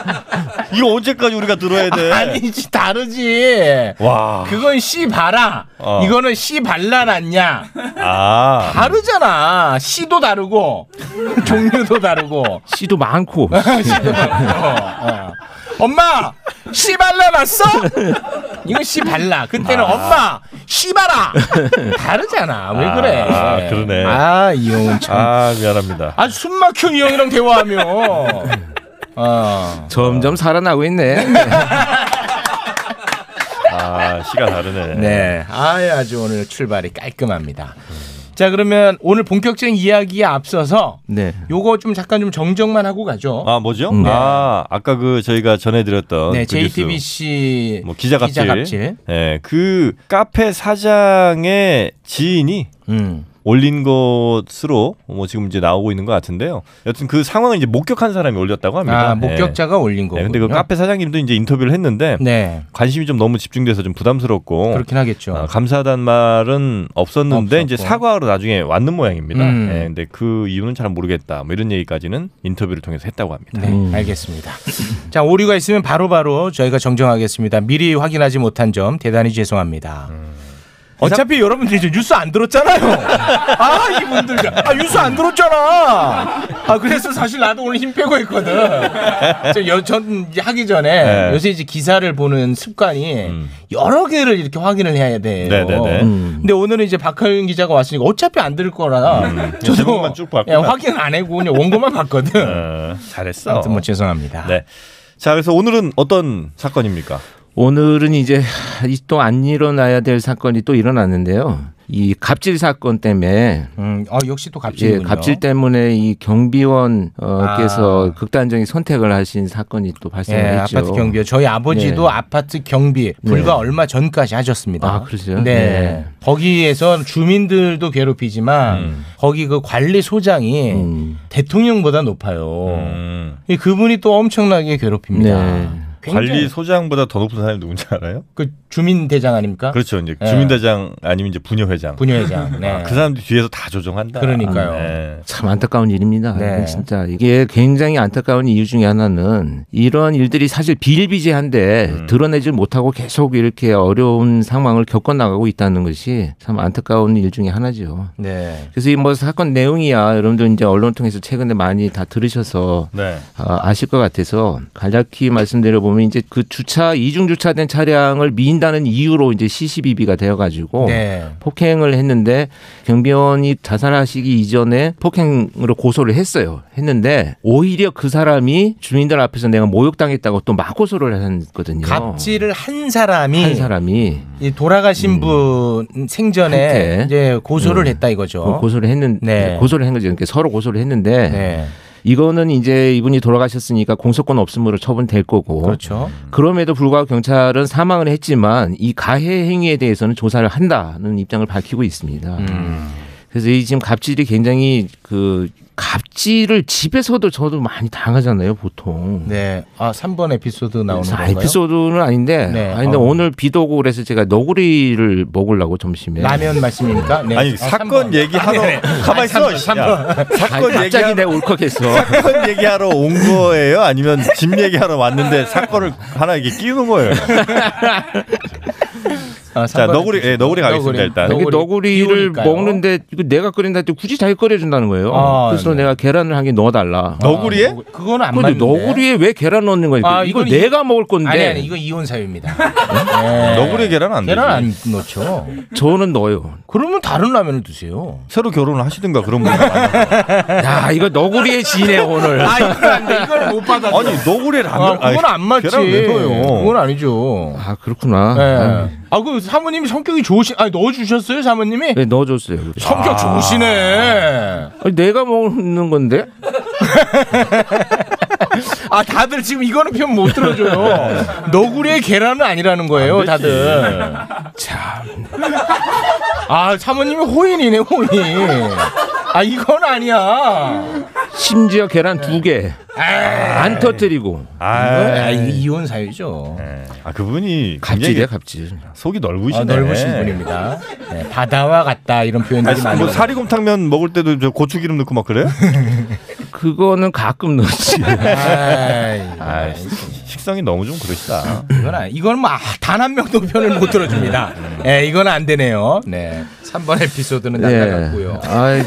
[SPEAKER 3] 이거 언제까지 우리가 들어야 돼?
[SPEAKER 4] 아니지 다르지.
[SPEAKER 3] 와.
[SPEAKER 4] 그건 씨 봐라.
[SPEAKER 3] 어.
[SPEAKER 4] 이거는 씨 발라놨냐.
[SPEAKER 3] 아.
[SPEAKER 4] 다르잖아. 씨도 다르고 종류도 다르고.
[SPEAKER 9] 씨도 많고
[SPEAKER 4] 씨도 다르고. 어. 엄마 씨 발라놨어? 이건 씨 발라. 그때는 엄마 씨 발라. 다르잖아. 왜 그래?
[SPEAKER 3] 아, 그러네.
[SPEAKER 4] 아이 형은 참.
[SPEAKER 3] 아 미안합니다.
[SPEAKER 4] 아 숨막혀 이 형이랑 대화하며. 어.
[SPEAKER 9] 점점 살아나고 있네.
[SPEAKER 3] 아 시간 다르네.
[SPEAKER 4] 네. 아 아주 오늘 출발이 깔끔합니다. 자 그러면 오늘 본격적인 이야기에 앞서서
[SPEAKER 9] 네.
[SPEAKER 4] 요거 좀 잠깐 좀 정정만 하고 가죠.
[SPEAKER 3] 아 뭐죠?
[SPEAKER 9] 네.
[SPEAKER 3] 아 아까 그 저희가 전해드렸던
[SPEAKER 4] 음. 네,
[SPEAKER 3] 그 뉴스.
[SPEAKER 4] JTBC
[SPEAKER 3] 뭐 기자 갑질.
[SPEAKER 4] 갑질.
[SPEAKER 3] 예, 그 카페 사장의 지인이
[SPEAKER 4] 음.
[SPEAKER 3] 올린 것으로 뭐 지금 이제 나오고 있는 것 같은데요. 여튼 그 상황을 이제 목격한 사람이 올렸다고 합니다.
[SPEAKER 4] 아, 목격자가 올린
[SPEAKER 3] 예.
[SPEAKER 4] 거고.
[SPEAKER 3] 네, 근데 그 카페 사장님도 이제 인터뷰를 했는데
[SPEAKER 4] 네.
[SPEAKER 3] 관심이 좀 너무 집중돼서 좀 부담스럽고
[SPEAKER 4] 그렇긴 하겠죠.
[SPEAKER 3] 아, 감사하단 말은 없었는데 이제
[SPEAKER 4] 없었고.
[SPEAKER 3] 사과로 나중에 왔는 모양입니다.
[SPEAKER 4] 음.
[SPEAKER 3] 예, 근데 그 이유는 잘 모르겠다. 뭐 이런 얘기까지는 인터뷰를 통해서 했다고 합니다.
[SPEAKER 4] 네, 알겠습니다. 자, 오류가 있으면 바로바로 저희가 정정하겠습니다. 미리 확인하지 못한 점 대단히 죄송합니다.
[SPEAKER 3] 음.
[SPEAKER 4] 어차피 여러분들 이제 뉴스 안 들었잖아요. 아, 이분들. 아, 뉴스 안 들었잖아. 아, 그래서 사실 나도 오늘 힘 빼고 했거든. 저 여, 전 이제 하기 전에
[SPEAKER 3] 네. 음.
[SPEAKER 4] 요새 이제 기사를 보는 습관이 여러 개를 이렇게 확인을 해야 돼요.
[SPEAKER 3] 네네네.
[SPEAKER 9] 음.
[SPEAKER 4] 근데 오늘은 이제 박하윤 기자가 왔으니까 어차피 안 들을 거라
[SPEAKER 3] 음.
[SPEAKER 4] 저도
[SPEAKER 3] 제목만 쭉 봤구나.
[SPEAKER 4] 예, 확인 안 하고 그냥 원고만 봤거든.
[SPEAKER 3] 어, 잘했어.
[SPEAKER 4] 아무튼 뭐 죄송합니다.
[SPEAKER 3] 네. 자, 그래서 오늘은 어떤 사건입니까?
[SPEAKER 9] 오늘은 이제 또 안 일어나야 될 사건이 또 일어났는데요. 이 갑질 사건 때문에
[SPEAKER 4] 음, 아, 역시 또
[SPEAKER 9] 예,
[SPEAKER 4] 갑질이군요. 아.
[SPEAKER 9] 갑질 때문에 이 어, 경비원께서 극단적인 선택을 하신 사건이 또 발생을
[SPEAKER 4] 예,
[SPEAKER 9] 했죠.
[SPEAKER 4] 아파트 경비요. 저희 아버지도 아파트 경비 불과
[SPEAKER 9] 네.
[SPEAKER 4] 얼마 전까지 하셨습니다. 네. 아, 그러세요? 네.
[SPEAKER 9] 네.
[SPEAKER 4] 거기에서 주민들도 괴롭히지만
[SPEAKER 3] 음.
[SPEAKER 4] 거기 그 관리 소장이
[SPEAKER 9] 음,
[SPEAKER 4] 대통령보다 높아요.
[SPEAKER 3] 음.
[SPEAKER 4] 이 그분이 또 엄청나게 괴롭힙니다. 굉장히-
[SPEAKER 3] 관리 소장보다 더 높은 사람이 누군지 알아요?
[SPEAKER 4] 그 주민 대장 아닙니까?
[SPEAKER 3] 그렇죠. 이제
[SPEAKER 4] 예.
[SPEAKER 3] 주민대장 아니면 이제 부녀회장.
[SPEAKER 4] 부녀회장, 네.
[SPEAKER 3] 아, 그 사람들 이 뒤에서 다 조정한다.
[SPEAKER 9] 그러니까요.
[SPEAKER 3] 네.
[SPEAKER 9] 참 안타까운 일입니다.
[SPEAKER 3] 네.
[SPEAKER 9] 이건 진짜 이게 굉장히 안타까운 이유 중에 하나는 이런 일들이 사실 비일비재한데
[SPEAKER 4] 음.
[SPEAKER 9] 드러내질 못하고 계속 이렇게 어려운 상황을 겪어나가고 있다는 것이 참 안타까운 일 중에 하나죠.
[SPEAKER 4] 네.
[SPEAKER 9] 그래서 이 뭐 사건 내용이야 여러분들 이제 언론 통해서 최근에 많이 다 들으셔서
[SPEAKER 3] 네.
[SPEAKER 9] 아, 아실 것 같아서 간략히 말씀드려 보면 이제 그 주차 이중 주차된 차량을 미인다는 이유로 이제 CCBB가 되어가지고
[SPEAKER 4] 네.
[SPEAKER 9] 폭행을 했는데 경비원이 자살하시기 이전에 폭행으로 고소를 했어요. 했는데 오히려 그 사람이 주민들 앞에서 내가 모욕당했다고 또 막 고소를 했거든요.
[SPEAKER 4] 갑질을 한 사람이
[SPEAKER 9] 한 사람이
[SPEAKER 4] 이 돌아가신 분 생전에
[SPEAKER 9] 음. 한테.
[SPEAKER 4] 이제 고소를
[SPEAKER 9] 네.
[SPEAKER 4] 했다 이거죠.
[SPEAKER 9] 고소를 했는
[SPEAKER 4] 어? 네.
[SPEAKER 9] 고소를 한 거죠. 그러니까 서로 고소를 했는데
[SPEAKER 4] 네.
[SPEAKER 9] 이거는 이제 이분이 돌아가셨으니까 공소권 없음으로 처분될 거고.
[SPEAKER 4] 그렇죠.
[SPEAKER 9] 음. 그럼에도 불구하고 경찰은 사망을 했지만 이 가해 행위에 대해서는 조사를 한다는 입장을 밝히고 있습니다.
[SPEAKER 4] 음.
[SPEAKER 9] 그래서 이 지금 갑질이 굉장히 그 갑질을 집에서도 저도 많이 당하잖아요, 보통.
[SPEAKER 4] 네. 아, 3번 에피소드 나오는
[SPEAKER 9] 아,
[SPEAKER 4] 건가요?
[SPEAKER 9] 에피소드는 아닌데,
[SPEAKER 4] 네.
[SPEAKER 9] 아닌데
[SPEAKER 4] 어.
[SPEAKER 9] 오늘 비도 오고 그래서 제가 너구리를 먹으려고 점심에
[SPEAKER 4] 라면 말씀입니까? 네.
[SPEAKER 9] 아니,
[SPEAKER 4] 어,
[SPEAKER 9] 사건
[SPEAKER 4] 삼
[SPEAKER 3] 예-
[SPEAKER 4] 번.
[SPEAKER 9] 얘기하러
[SPEAKER 4] 아, 네.
[SPEAKER 9] 가만히 있어,
[SPEAKER 4] 아니,
[SPEAKER 9] 씨.
[SPEAKER 4] 삼 번,
[SPEAKER 9] 야.
[SPEAKER 4] 삼 번.
[SPEAKER 9] 사건 아니, 갑자기 얘기하- 내가 울컥했어.
[SPEAKER 3] 사건 얘기하러 온 거예요? 아니면 집 얘기하러 왔는데 사건을 하나 이게 끼우는 거예요?
[SPEAKER 4] 아,
[SPEAKER 3] 자, 너구리, 예, 너구리 가겠습니다, 일단.
[SPEAKER 9] 이게 너구리를 먹는데 이거 내가 끓인다 때 굳이 자기 끓여준다는 거예요.
[SPEAKER 3] 아,
[SPEAKER 9] 그래서
[SPEAKER 4] 네.
[SPEAKER 9] 내가 계란을 한 개 넣어달라.
[SPEAKER 3] 너구리에?
[SPEAKER 4] 아, 뭐, 그건 안
[SPEAKER 9] 근데
[SPEAKER 4] 맞는데.
[SPEAKER 9] 너구리에 왜 계란 넣는 거야?
[SPEAKER 4] 아,
[SPEAKER 9] 이거
[SPEAKER 4] 이건 이-
[SPEAKER 9] 내가 먹을 건데.
[SPEAKER 4] 아니 아니 이거 이혼 사유입니다. 네.
[SPEAKER 3] 너구리에 계란 안
[SPEAKER 4] 계란 안
[SPEAKER 3] 되지.
[SPEAKER 4] 넣죠.
[SPEAKER 9] 저는 넣어요.
[SPEAKER 4] 그러면 다른 라면을 드세요.
[SPEAKER 3] 새로 결혼을 하시든가 그런 분.
[SPEAKER 9] 야 이거 너구리의 지네 오늘.
[SPEAKER 4] 아, 이건 안 돼. 이걸 못 받아.
[SPEAKER 3] 아니 너구리를
[SPEAKER 9] 안
[SPEAKER 4] 아,
[SPEAKER 9] 넣- 아니,
[SPEAKER 4] 그건 안 맞지.
[SPEAKER 9] 계란 왜 넣어요?
[SPEAKER 4] 그건 아니죠.
[SPEAKER 9] 아 그렇구나.
[SPEAKER 4] 네. 아, 그 사모님이 성격이 좋으신, 아, 넣어주셨어요, 사모님이?
[SPEAKER 9] 네, 넣어줬어요.
[SPEAKER 4] 성격
[SPEAKER 9] 아.
[SPEAKER 4] 좋으시네.
[SPEAKER 9] 아니, 내가 먹는 건데?
[SPEAKER 4] 아, 다들 지금 이거는 편 못 들어줘요. 너구리의 계란은 아니라는 거예요,
[SPEAKER 9] 안 되지.
[SPEAKER 4] 다들. 아, 사모님이 호인이네, 호인. 아, 이건 아니야.
[SPEAKER 9] 심지어 계란 두
[SPEAKER 4] 네.
[SPEAKER 9] 개. 안 터뜨리고.
[SPEAKER 4] 이건- 아, 이거 이혼 사유죠.
[SPEAKER 3] 아 그분이
[SPEAKER 9] 갑질이야
[SPEAKER 3] 굉장히
[SPEAKER 9] 갑질.
[SPEAKER 3] 속이 넓으시네.
[SPEAKER 4] 아, 넓으신 분입니다. 네, 바다와 같다 이런
[SPEAKER 3] 아니,
[SPEAKER 4] 표현들이 많이.
[SPEAKER 3] 뭐
[SPEAKER 4] 나와요.
[SPEAKER 3] 사리곰탕면 먹을 때도 저 고추기름 넣고 막 그래요?
[SPEAKER 9] 그거는 가끔 넣지.
[SPEAKER 3] 아, 식성이 너무 좀 그러시다.
[SPEAKER 4] 이건 아, 이건 뭐단 한 명도 편을 못 들어줍니다. 예, 이건 안 되네요. 네, 3번 에피소드는
[SPEAKER 9] 네.
[SPEAKER 4] 날라갔고요.
[SPEAKER 9] 아이,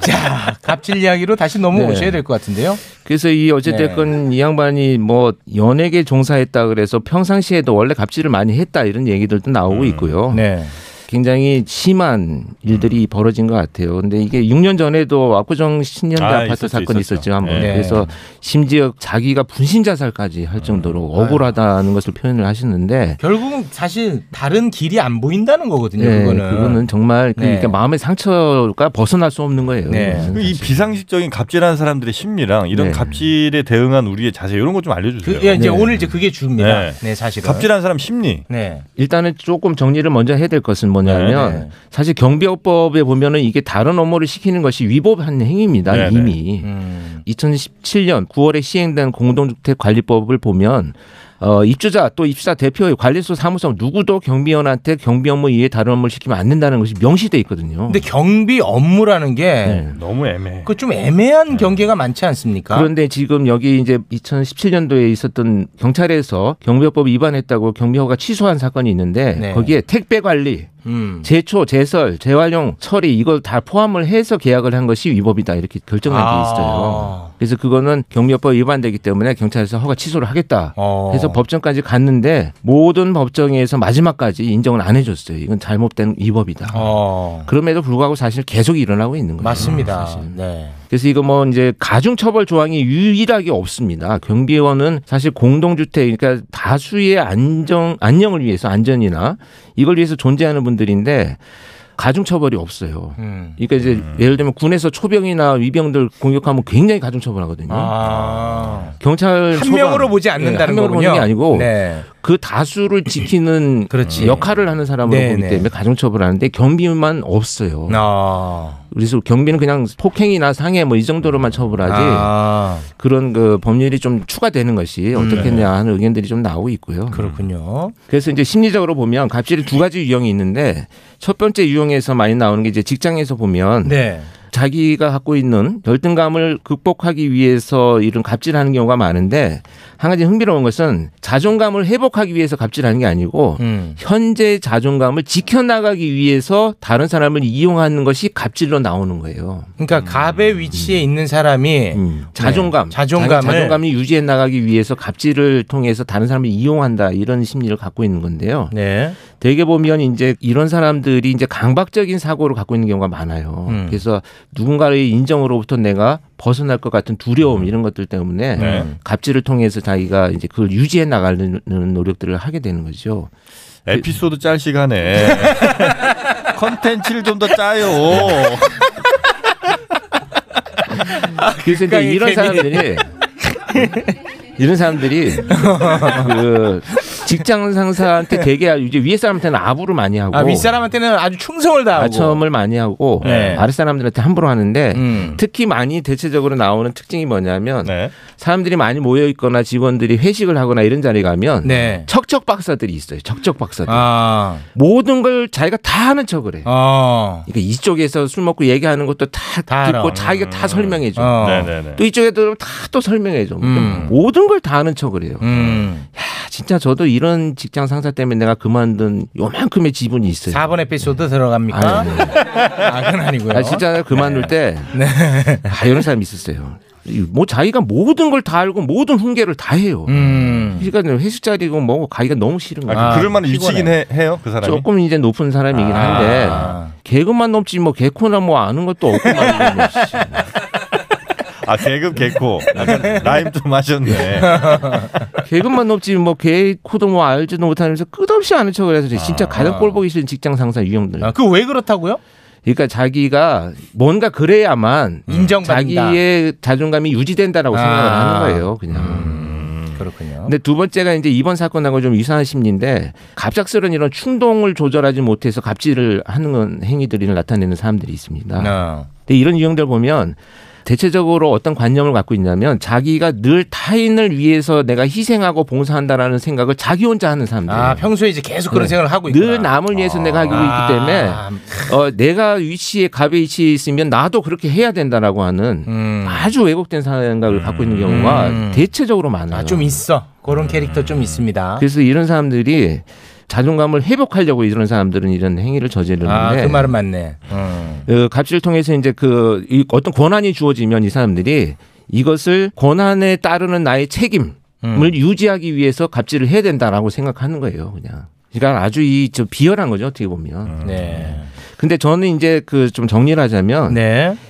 [SPEAKER 4] 자, 갑질 이야기로 다시 넘어오셔야 될 것 같은데요.
[SPEAKER 9] 그래서 이
[SPEAKER 4] 네.
[SPEAKER 9] 어쨌든 이 양반이 뭐 연예계 종사했다 그래서 평상시에도 원래 갑질을 많이 했다 이런 얘기들도
[SPEAKER 4] 음.
[SPEAKER 9] 나오고
[SPEAKER 4] 네.
[SPEAKER 9] 있고요. 굉장히 심한 일들이
[SPEAKER 3] 음.
[SPEAKER 9] 벌어진 것 같아요. 근데 이게 6년 전에도 압구정 신년대
[SPEAKER 3] 아,
[SPEAKER 9] 아, 파트
[SPEAKER 3] 있었죠,
[SPEAKER 9] 사건이
[SPEAKER 3] 있었죠.
[SPEAKER 9] 있었죠. 한번.
[SPEAKER 3] 네. 아,
[SPEAKER 9] 그래서 심지어 자기가 분신 자살까지 할 정도로
[SPEAKER 3] 네.
[SPEAKER 9] 억울하다는 것을 표현을 하시는데
[SPEAKER 4] 결국은 사실 다른 길이 안 보인다는 거거든요.
[SPEAKER 9] 네,
[SPEAKER 4] 그거는.
[SPEAKER 9] 정말 그
[SPEAKER 4] 네.
[SPEAKER 9] 그러니까 마음의 상처가 벗어날 수 없는 거예요.
[SPEAKER 3] 그이 비상식적인 갑질하는 사람들의 심리랑 이런
[SPEAKER 9] 네.
[SPEAKER 3] 갑질에 대응한 우리의 자세 이런 거 좀 알려주세요.
[SPEAKER 4] 그, 예, 이제 오늘 이제 그게 주입니다. 네, 사실은.
[SPEAKER 3] 갑질한 사람 심리.
[SPEAKER 4] 네.
[SPEAKER 9] 일단은 조금 정리를 먼저 해야 될 것은 뭐냐면
[SPEAKER 4] 네, 네.
[SPEAKER 9] 사실 경비업법에 보면은 이게 다른 업무를 시키는 것이 위법한 행위입니다.
[SPEAKER 3] 네, 네.
[SPEAKER 9] 이미
[SPEAKER 4] 음.
[SPEAKER 9] 2017년 9월에 시행된 공동주택관리법을 보면 어, 입주자 또 입주자 대표 관리소 사무성 누구도 경비원한테 경비 업무 이외에 다른 업무를 시키면 안 된다는 것이 명시돼 있거든요.
[SPEAKER 4] 근데 경비 업무라는 게
[SPEAKER 3] 너무 애매해.
[SPEAKER 4] 그 좀 애매한 경계가 많지 않습니까?
[SPEAKER 9] 그런데 지금 여기 이제 2017년도에 있었던 경찰에서 경비법 위반했다고 경비허가 취소한 사건이 있는데
[SPEAKER 4] 네.
[SPEAKER 9] 거기에 택배 관리,
[SPEAKER 4] 음.
[SPEAKER 9] 제초, 제설, 재활용, 처리 이걸 다 포함을 해서 계약을 한 것이 위법이다 이렇게 결정난
[SPEAKER 4] 아.
[SPEAKER 9] 게 있어요. 그래서 그거는 경비법 위반되기 때문에 경찰에서 허가 취소를 하겠다
[SPEAKER 4] 어.
[SPEAKER 9] 해서 법정까지 갔는데 모든 법정에서 마지막까지 인정을 안 해줬어요. 이건 잘못된 위법이다.
[SPEAKER 4] 어.
[SPEAKER 9] 그럼에도 불구하고 사실 계속 일어나고 있는 거예요.
[SPEAKER 4] 맞습니다.
[SPEAKER 9] 사실.
[SPEAKER 4] 네.
[SPEAKER 9] 그래서 이거 뭐 이제 가중처벌 조항이 유일하게 없습니다. 경비원은 사실 공동주택 그러니까 다수의 안정 안녕을 위해서 안전이나 이걸 위해서 존재하는 분들인데 가중처벌이 없어요.
[SPEAKER 4] 음.
[SPEAKER 9] 그러니까 이제
[SPEAKER 10] 음.
[SPEAKER 9] 예를 들면 군에서 초병이나 위병들 공격하면 굉장히 가중처벌하거든요.
[SPEAKER 10] 아.
[SPEAKER 9] 경찰
[SPEAKER 10] 한
[SPEAKER 9] 소방.
[SPEAKER 10] 명으로 보지 않는다는
[SPEAKER 9] 예, 한 명으로 보는
[SPEAKER 10] 거군요.
[SPEAKER 9] 게 아니고
[SPEAKER 10] 네.
[SPEAKER 9] 그 다수를 지키는 역할을 하는 사람으로
[SPEAKER 10] 네,
[SPEAKER 9] 보기
[SPEAKER 10] 네.
[SPEAKER 9] 때문에 가중처벌하는데 경비만 없어요.
[SPEAKER 10] 아.
[SPEAKER 9] 그래서 경비는 그냥 폭행이나 상해 뭐 이 정도로만 처벌하지
[SPEAKER 10] 아.
[SPEAKER 9] 그런 그 법률이 좀 추가되는 것이
[SPEAKER 10] 음.
[SPEAKER 9] 어떻겠냐 하는 의견들이 좀 나오고 있고요.
[SPEAKER 10] 그렇군요.
[SPEAKER 9] 그래서 이제 심리적으로 보면 갑질이 두 가지 유형이 있는데 첫 번째 유형에서 많이 나오는 게 이제 직장에서 보면
[SPEAKER 10] 네.
[SPEAKER 9] 자기가 갖고 있는 열등감을 극복하기 위해서 이런 갑질하는 경우가 많은데 한 가지 흥미로운 것은 자존감을 회복하기 위해서 갑질하는 게 아니고
[SPEAKER 10] 음.
[SPEAKER 9] 현재 자존감을 지켜나가기 위해서 다른 사람을 이용하는 것이 갑질로 나오는 거예요.
[SPEAKER 10] 그러니까 갑의 위치에 있는 사람이
[SPEAKER 9] 자존감,
[SPEAKER 10] 네, 자존감을
[SPEAKER 9] 자기 자존감이 유지해 나가기 위해서 갑질을 통해서 다른 사람을 이용한다 이런 심리를 갖고 있는 건데요.
[SPEAKER 10] 네.
[SPEAKER 9] 되게 보면 이제 이런 사람들이 이제 강박적인 사고를 갖고 있는 경우가 많아요.
[SPEAKER 10] 음.
[SPEAKER 9] 그래서 누군가의 인정으로부터 내가 벗어날 것 같은 두려움 이런 것들 때문에
[SPEAKER 10] 음. 네.
[SPEAKER 9] 갑질을 통해서 자기가 이제 그걸 유지해 나가는 노력들을 하게 되는 거죠.
[SPEAKER 3] 에피소드 짤 시간에 컨텐츠를 좀 더 짜요.
[SPEAKER 9] 그래서 이제
[SPEAKER 3] 극강의
[SPEAKER 9] 이런
[SPEAKER 3] 케미.
[SPEAKER 9] 사람들이 이런 사람들이 그 직장 상사한테 되게 이제 위에 사람한테는 아부를 많이 하고
[SPEAKER 10] 아, 윗사람한테는 아주 충성을 다하고
[SPEAKER 9] 아첨을 많이 하고
[SPEAKER 10] 네.
[SPEAKER 9] 아랫 사람들한테 함부로 하는데
[SPEAKER 10] 음. 네.
[SPEAKER 9] 특히 많이 대체적으로 나오는 특징이 뭐냐면
[SPEAKER 3] 네.
[SPEAKER 9] 사람들이 많이 모여 있거나 직원들이 회식을 하거나 이런 자리 가면
[SPEAKER 10] 네.
[SPEAKER 9] 척척 박사들이 있어요. 척척 박사들.
[SPEAKER 10] 아.
[SPEAKER 9] 모든 걸 자기가 다 하는 척을 해.
[SPEAKER 10] 어.
[SPEAKER 9] 그러니까 이쪽에서 술 먹고 얘기하는 것도 다, 듣고
[SPEAKER 10] 알아.
[SPEAKER 9] 자기가 다 설명해 줘.
[SPEAKER 10] 어. 네네네.
[SPEAKER 9] 또 이쪽에도 다 또 설명해 줘. 그러니까
[SPEAKER 10] 음.
[SPEAKER 9] 모든 걸 다 하는 척을 해요.
[SPEAKER 10] 음.
[SPEAKER 9] 야, 진짜 저도 이런 직장 상사 때문에 내가 그만둔 요만큼의 지분이 있어요.
[SPEAKER 10] 4번 에피소드 들어갑니까?
[SPEAKER 9] 네. 아니,
[SPEAKER 10] 아, 그건 아니고요.
[SPEAKER 9] 아, 진짜 그만둘
[SPEAKER 3] 네.
[SPEAKER 9] 때 아, 이런 사람이 있었어요. 이, 뭐 자기가 모든 걸 다 알고 모든 훈계를 다 해요.
[SPEAKER 10] 음.
[SPEAKER 9] 그러니까 회식 자리고 뭐고 가기가 너무 싫은
[SPEAKER 3] 음.
[SPEAKER 9] 거예요.
[SPEAKER 3] 아, 그 그럴 만한 위치긴 해, 요그 사람이.
[SPEAKER 9] 조금 이제 높은 사람이긴 한데
[SPEAKER 3] 아.
[SPEAKER 9] 개그만 넘지 뭐 개코나 뭐 아는 것도 없고 말이야. 뭐.
[SPEAKER 3] 아 계급 개코. 약간 라임 좀 네. 하셨네.
[SPEAKER 9] 개그만 넘지 뭐 개코도 뭐 알지도 못하면서 끝없이 아는 척을 해서 진짜 가장 꼴 보기 싫은 직장 상사 유형들.
[SPEAKER 10] 아, 그왜 그렇다고요?
[SPEAKER 9] 그러니까 자기가 뭔가 그래야만
[SPEAKER 10] 인정받는다.
[SPEAKER 9] 자기의 자존감이 유지된다라고
[SPEAKER 10] 아. 음.
[SPEAKER 9] 생각을 하는 거예요. 그냥. 음.
[SPEAKER 10] 그렇군요.
[SPEAKER 9] 근데 두 번째가 이제 이번 사건하고 좀 유사한 심리인데 갑작스런 이런 충동을 조절하지 못해서 갑질을 하는 건 행위들을 나타내는 사람들이 있습니다.
[SPEAKER 10] 네.
[SPEAKER 9] 근데 이런 유형들 보면 대체적으로 어떤 관념을 갖고 있냐면 자기가 늘 타인을 위해서 내가 희생하고 봉사한다라는 생각을 자기 혼자 하는 사람들.
[SPEAKER 10] 아, 평소에 이제 계속 그런
[SPEAKER 9] 네.
[SPEAKER 10] 생각을 하고 있구나. 아,
[SPEAKER 9] 늘 남을 위해서 내가 하고 있기 때문에 어, 내가 위치에 갑의 위치에 있으면 나도 그렇게 해야 된다라고 하는 아주 왜곡된 생각을 갖고 있는 경우가
[SPEAKER 10] 음.
[SPEAKER 9] 대체적으로 많아요.
[SPEAKER 10] 아, 좀 있어. 그런 캐릭터 좀 있습니다.
[SPEAKER 9] 음. 그래서 이런 사람들이 자존감을 회복하려고 이런 사람들은 이런 행위를 저지르는데
[SPEAKER 10] 아, 그 말은 맞네. 음.
[SPEAKER 9] 어, 갑질을 통해서 이제 그이 어떤 권한이 주어지면 이 사람들이 이것을 권한에 따르는 나의 책임을
[SPEAKER 10] 음.
[SPEAKER 9] 유지하기 위해서 갑질을 해야 된다라고 생각하는 거예요, 그냥. 그러니까 아주 이 저 비열한 거죠, 어떻게 보면.
[SPEAKER 10] 네.
[SPEAKER 9] 근데 저는 이제 그 좀 정리를 하자면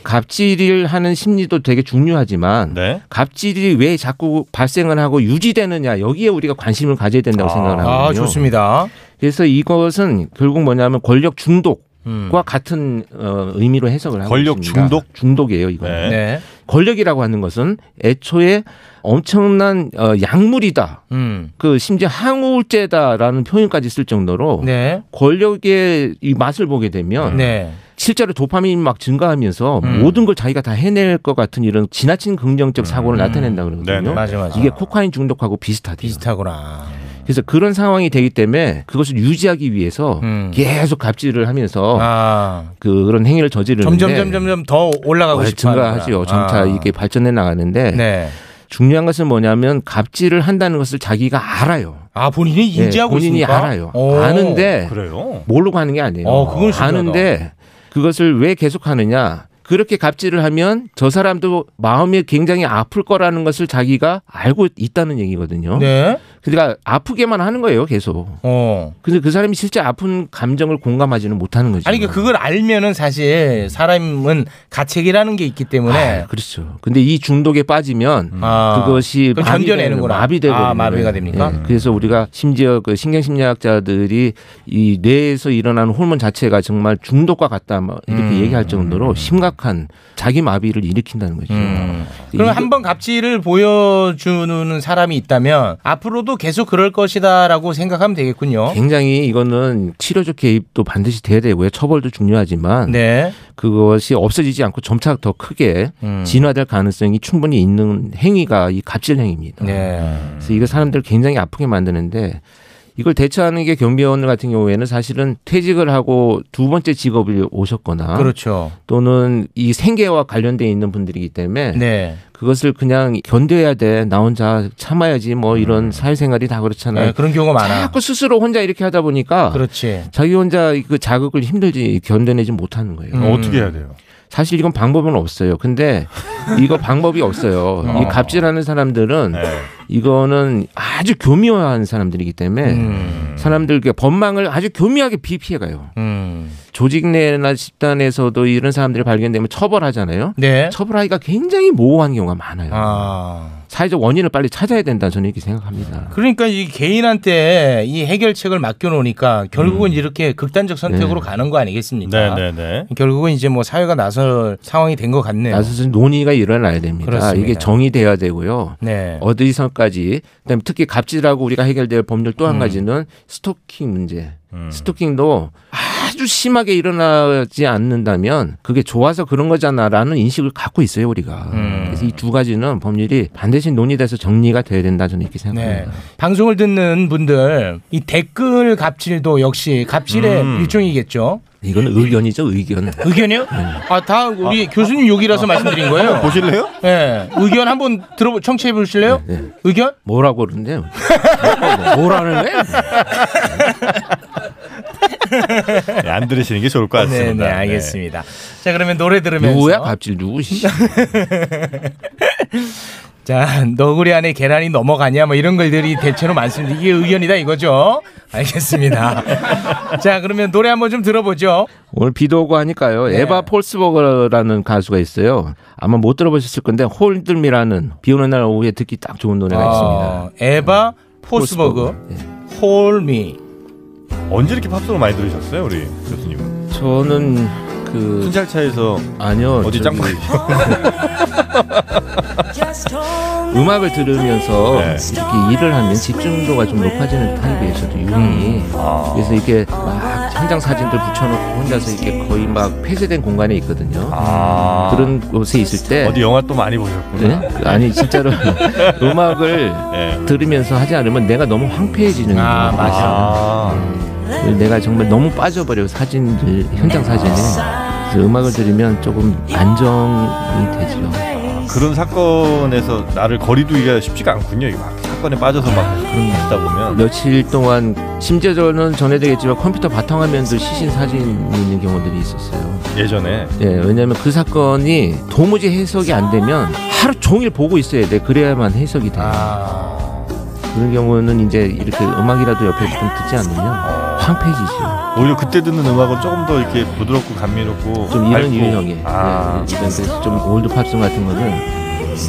[SPEAKER 9] 갑질을 하는 심리도 되게 중요하지만
[SPEAKER 10] 네.
[SPEAKER 3] 네.
[SPEAKER 9] 갑질이 왜 자꾸 발생을 하고 유지되느냐 여기에 우리가 관심을 가져야 된다고 생각을 하거든요.
[SPEAKER 10] 아, 좋습니다.
[SPEAKER 9] 그래서 이것은 결국 뭐냐면 권력 중독.
[SPEAKER 10] 음.
[SPEAKER 9] 과 같은 어, 의미로 해석을 하고
[SPEAKER 3] 권력
[SPEAKER 9] 있습니다.
[SPEAKER 3] 중독?
[SPEAKER 9] 중독이에요 이거.
[SPEAKER 10] 네.
[SPEAKER 9] 는
[SPEAKER 10] 네.
[SPEAKER 9] 권력이라고 하는 것은 애초에 엄청난 어, 약물이다.
[SPEAKER 10] 음.
[SPEAKER 9] 그 심지어 항우울제다라는 표현까지 쓸 정도로
[SPEAKER 10] 네.
[SPEAKER 9] 권력의 이 맛을 보게 되면
[SPEAKER 10] 네. 음.
[SPEAKER 9] 실제로 도파민이 막 증가하면서 모든 걸 자기가 다 해낼 것 같은 이런 지나친 긍정적 사고를 나타낸다 그러거든요.
[SPEAKER 10] 음. 네네. 맞아, 맞아.
[SPEAKER 9] 이게 코카인 중독하고 비슷하대요.
[SPEAKER 10] 비슷하구나.
[SPEAKER 9] 그래서 그런 상황이 되기 때문에 그것을 유지하기 위해서
[SPEAKER 10] 음.
[SPEAKER 9] 계속 갑질을 하면서 그 어. 그런 행위를 저지르는데
[SPEAKER 10] 아. 점점 점점점 더 올라가고
[SPEAKER 9] 어,
[SPEAKER 10] 싶어 아.
[SPEAKER 9] 증가하지요. 점차 이게 발전해 나가는데
[SPEAKER 10] 네.
[SPEAKER 9] 중요한 것은 뭐냐면 갑질을 한다는 것을 자기가 알아요.
[SPEAKER 10] 아, 본인이
[SPEAKER 9] 예,
[SPEAKER 10] 인지하고
[SPEAKER 9] 본인이
[SPEAKER 10] 있습니까?
[SPEAKER 9] 알아요.
[SPEAKER 10] 오.
[SPEAKER 9] 아는데
[SPEAKER 3] 그래요?
[SPEAKER 9] 모르고 하는 게 아니에요.
[SPEAKER 10] 어, 그건 신기하다.
[SPEAKER 9] 아는데 그것을 왜 계속 하느냐? 그렇게 갑질을 하면 저 사람도 마음이 굉장히 아플 거라는 것을 자기가 알고 있다는 얘기거든요.
[SPEAKER 10] 네.
[SPEAKER 9] 그러니까 아프게만 하는 거예요, 계속.
[SPEAKER 4] 어.
[SPEAKER 9] 근데 그 사람이 실제 아픈 감정을 공감하지는 못하는 거죠.
[SPEAKER 4] 아니 그러니까 그걸 알면은 사실 사람은 가책이라는 게 있기 때문에
[SPEAKER 9] 그렇죠. 근데 이 중독에 빠지면
[SPEAKER 4] 아.
[SPEAKER 9] 음. 그것이
[SPEAKER 4] 그걸 견뎌내는구나.
[SPEAKER 9] 마비되고 예,
[SPEAKER 4] 아, 마비가 됩니까? 음.
[SPEAKER 9] 그래서 우리가 심지어 그 신경심리학자들이 이 뇌에서 일어나는 호르몬 자체가 정말 중독과 같다 뭐 이렇게
[SPEAKER 4] 음.
[SPEAKER 9] 얘기할 정도로 심각한 자기 마비를 일으킨다는 거죠.
[SPEAKER 4] 음. 그럼 한 번 갑질을 보여주는 사람이 있다면 앞으로도 계속 그럴 것이다라고 생각하면 되겠군요.
[SPEAKER 9] 굉장히 이거는 치료적 개입도 반드시 돼야 되고요. 처벌도 중요하지만
[SPEAKER 4] 네.
[SPEAKER 9] 그것이 없어지지 않고 점차 더 크게
[SPEAKER 4] 음.
[SPEAKER 9] 진화될 가능성이 충분히 있는 행위가 이 갑질 행위입니다.
[SPEAKER 4] 네.
[SPEAKER 9] 그래서 이거 사람들 굉장히 아프게 만드는데 이걸 대처하는 게 경비원 같은 경우에는 사실은 퇴직을 하고 두 번째 직업을 오셨거나
[SPEAKER 4] 그렇죠.
[SPEAKER 9] 또는 이 생계와 관련돼 있는 분들이기 때문에
[SPEAKER 4] 네.
[SPEAKER 9] 그것을 그냥 견뎌야 돼. 나 혼자 참아야지 뭐 이런 사회생활이 다 그렇잖아요.
[SPEAKER 4] 음. 네, 그런 경우가 많아.
[SPEAKER 9] 자꾸 스스로 혼자 이렇게 하다 보니까
[SPEAKER 4] 그렇지.
[SPEAKER 9] 자기 혼자 그 자극을 힘들지 견뎌내지 못하는 거예요.
[SPEAKER 4] 음. 어떻게 해야
[SPEAKER 11] 돼요?
[SPEAKER 9] 사실 이건 방법은 없어요. 근데 이거 방법이
[SPEAKER 4] 어.
[SPEAKER 9] 없어요.
[SPEAKER 4] 네.
[SPEAKER 9] 이 갑질하는 사람들은 이거는 아주 교묘한 사람들이기
[SPEAKER 4] 음.
[SPEAKER 9] 때문에 사람들 그 법망을 아주 교묘하게 비- 피해가요.
[SPEAKER 4] 음.
[SPEAKER 9] 조직 내나 집단에서도 이런 사람들이 발견되면 처벌하잖아요.
[SPEAKER 4] 네.
[SPEAKER 9] 처벌하기가 굉장히 모호한 경우가 많아요.
[SPEAKER 4] 아.
[SPEAKER 9] 사회적 원인을 빨리 찾아야 된다 저는 이렇게 생각합니다.
[SPEAKER 4] 그러니까 이 개인한테 이 해결책을 맡겨놓으니까 결국은 이렇게 극단적 선택으로
[SPEAKER 9] 음. 네.
[SPEAKER 4] 가는 거 아니겠습니까?
[SPEAKER 9] 네,
[SPEAKER 4] 결국은 이제 뭐 사회가 나설 상황이 된 것 같네요.
[SPEAKER 9] 나서서 논의가 일어나야 됩니다.
[SPEAKER 4] 그렇습니다.
[SPEAKER 9] 이게 정의돼야 되고요.
[SPEAKER 4] 네.
[SPEAKER 9] 어디선까지 그다음에 특히 갑질하고 우리가 해결될 법률 또 한 가지는 스토킹 문제. 스토킹도 아주 심하게 일어나지 않는다면 그게 좋아서 그런 거잖아라는 인식을 갖고 있어요 우리가. 그래서 이 두 가지는 법률이 반드시 논의돼서 정리가 돼야 된다 저는 이렇게 생각합니다.
[SPEAKER 4] 네. 방송을 듣는 분들 이 댓글 갑질도 역시 갑질의
[SPEAKER 9] 음. 네.
[SPEAKER 4] 일종이겠죠.
[SPEAKER 9] 이건 의견이죠 의견.
[SPEAKER 4] 의견이요? 아, 다 우리 교수님 욕이라서 말씀드린 거예요.
[SPEAKER 9] 아, 보실래요?
[SPEAKER 4] 네. 의견 한번 들어보 청취해 보실래요?
[SPEAKER 9] 네,
[SPEAKER 4] 의견?
[SPEAKER 9] 뭐라고 그러는데요? 뭐라는 거예요?
[SPEAKER 3] 네, 안 들으시는 게 좋을 것 같습니다.
[SPEAKER 4] 네, 네, 알겠습니다. 자, 그러면 노래 들으면서
[SPEAKER 9] 누구야 갑질 누구시?
[SPEAKER 4] 자, 너구리 안에 계란이 넘어가냐 뭐 이런 것들이 대체로 많습니다. 이게 의견이다 이거죠. 알겠습니다. 자, 그러면 노래 한번 좀 들어보죠.
[SPEAKER 9] 오늘 비도 오고 하니까요.
[SPEAKER 3] 네.
[SPEAKER 9] 에바 폴스버거라는 가수가 있어요. 아마 못 들어보셨을 건데 홀들미라는 비 오는 날 오후에 듣기 딱 좋은 노래가
[SPEAKER 3] 아,
[SPEAKER 4] 어, 에바 포스버그 홀미.
[SPEAKER 3] 언제 이렇게 팝송을 많이 들으셨어요, 우리 교수님은?
[SPEAKER 9] 있습니다. 저는 그
[SPEAKER 3] 순찰차에서
[SPEAKER 9] 아니요
[SPEAKER 3] 어디
[SPEAKER 9] 저기
[SPEAKER 3] 짱구리?
[SPEAKER 9] 음악을 들으면서
[SPEAKER 3] 네.
[SPEAKER 9] 이렇게 일을 하면 집중도가 좀 높아지는 타입이에요. 저도 유형이
[SPEAKER 3] 음. 아.
[SPEAKER 9] 그래서 이렇게 막 현장 사진들 붙여놓고 혼자서 이렇게 거의 막 폐쇄된 공간에 있거든요.
[SPEAKER 3] 아.
[SPEAKER 9] 그런 곳에 있을 때
[SPEAKER 3] 어디 영화 또 많이 보셨구나.
[SPEAKER 9] 네? 아니 진짜로 음악을
[SPEAKER 3] 네.
[SPEAKER 9] 들으면서 하지 않으면 내가 너무 황폐해지는 거예요.
[SPEAKER 4] 아, 맞아.
[SPEAKER 9] 음. 내가 정말 너무 빠져버려 요 사진들 현장 사진에 그래서 음악을 들으면 조금 안정이 되죠.
[SPEAKER 3] 그런 사건에서 나를 거리두기가 쉽지가 않군요. 이거 막 사건에 빠져서 막 그런 거 하다 보면
[SPEAKER 9] 며칠 동안 심지어 저는 전해드리겠지만 컴퓨터 바탕화면도 시신 사진이 있는 경우들이 있었어요.
[SPEAKER 3] 예전에
[SPEAKER 9] 예, 왜냐하면 그 사건이 도무지 해석이 안 되면 하루 종일 보고 있어야 돼. 그래야만 해석이 돼요.
[SPEAKER 4] 아.
[SPEAKER 9] 그런 경우는 이제 이렇게 음악이라도 옆에 좀 듣지 않으면 황폐해지죠.
[SPEAKER 3] 오히려 그때 듣는 음악은 조금 더 이렇게 부드럽고 감미롭고
[SPEAKER 9] 좀 이런
[SPEAKER 3] 밝고.
[SPEAKER 9] 유형의
[SPEAKER 3] 아.
[SPEAKER 9] 예, 그러니까 좀 올드 팝송 같은 거는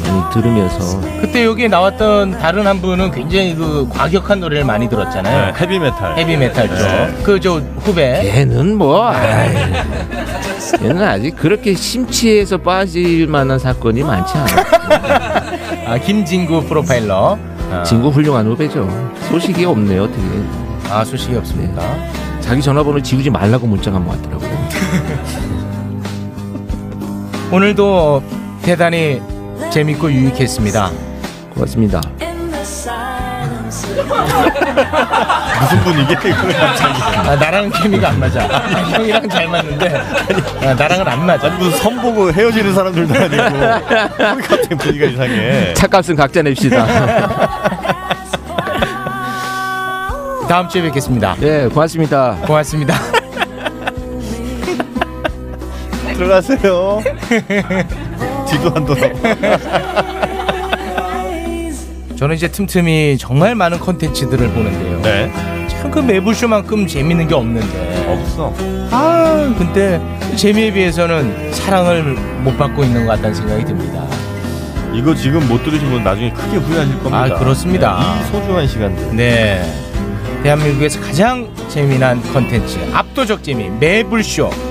[SPEAKER 9] 많이 들으면서
[SPEAKER 4] 그때 여기에 나왔던 다른 한 분은 굉장히 그 과격한 노래를 많이
[SPEAKER 3] 네.
[SPEAKER 4] 들었잖아요.
[SPEAKER 3] 헤비 메탈.
[SPEAKER 4] 네. 헤비 메탈죠.
[SPEAKER 9] 네.
[SPEAKER 4] 그저 후배.
[SPEAKER 9] 얘는 뭐 아이, 얘는 아직 그렇게 심취해서 빠질 만한 사건이 많지 않아.
[SPEAKER 4] 아, 김진구 프로파일러.
[SPEAKER 9] 친구 훌륭한 후배죠. 소식이 없네요, 어떻게.
[SPEAKER 4] 아, 소식이 없습니까?
[SPEAKER 9] 자기 전화번호 지우지 말라고 문자가 한번 왔더라고요.
[SPEAKER 4] 오늘도 대단히 재밌고 유익했습니다.
[SPEAKER 9] 고맙습니다.
[SPEAKER 4] 무슨 분위기야 이거 갑자기? 아, 나랑 케미가 안 맞아. 형이랑 잘 맞는데 아, 나랑은 안 맞아.
[SPEAKER 3] 아니 무슨 선보고 헤어지는 사람들도 아니고 우리 같은 분위기가 이상해.
[SPEAKER 9] 차값은 각자 냅시다.
[SPEAKER 4] 다음 주에 뵙겠습니다.
[SPEAKER 9] 네, 고맙습니다.
[SPEAKER 4] 고맙습니다.
[SPEAKER 3] 들어가세요. 뒤도 안 돌아.
[SPEAKER 4] 저는 이제 틈틈이 정말 많은 컨텐츠들을 보는데요. 참 그 매부쇼만큼 재밌는 게 없는데.
[SPEAKER 3] 네. 없어.
[SPEAKER 4] 아, 근데 재미에 비해서는 사랑을 못 받고 있는 것 같다는 생각이 듭니다.
[SPEAKER 3] 이거 지금 못 들으신 분은 나중에 크게 후회하실 겁니다.
[SPEAKER 4] 아, 그렇습니다.
[SPEAKER 3] 네, 이 소중한 시간들.
[SPEAKER 4] 네. 대한민국에서 가장 재미난 컨텐츠 압도적 재미 매불쇼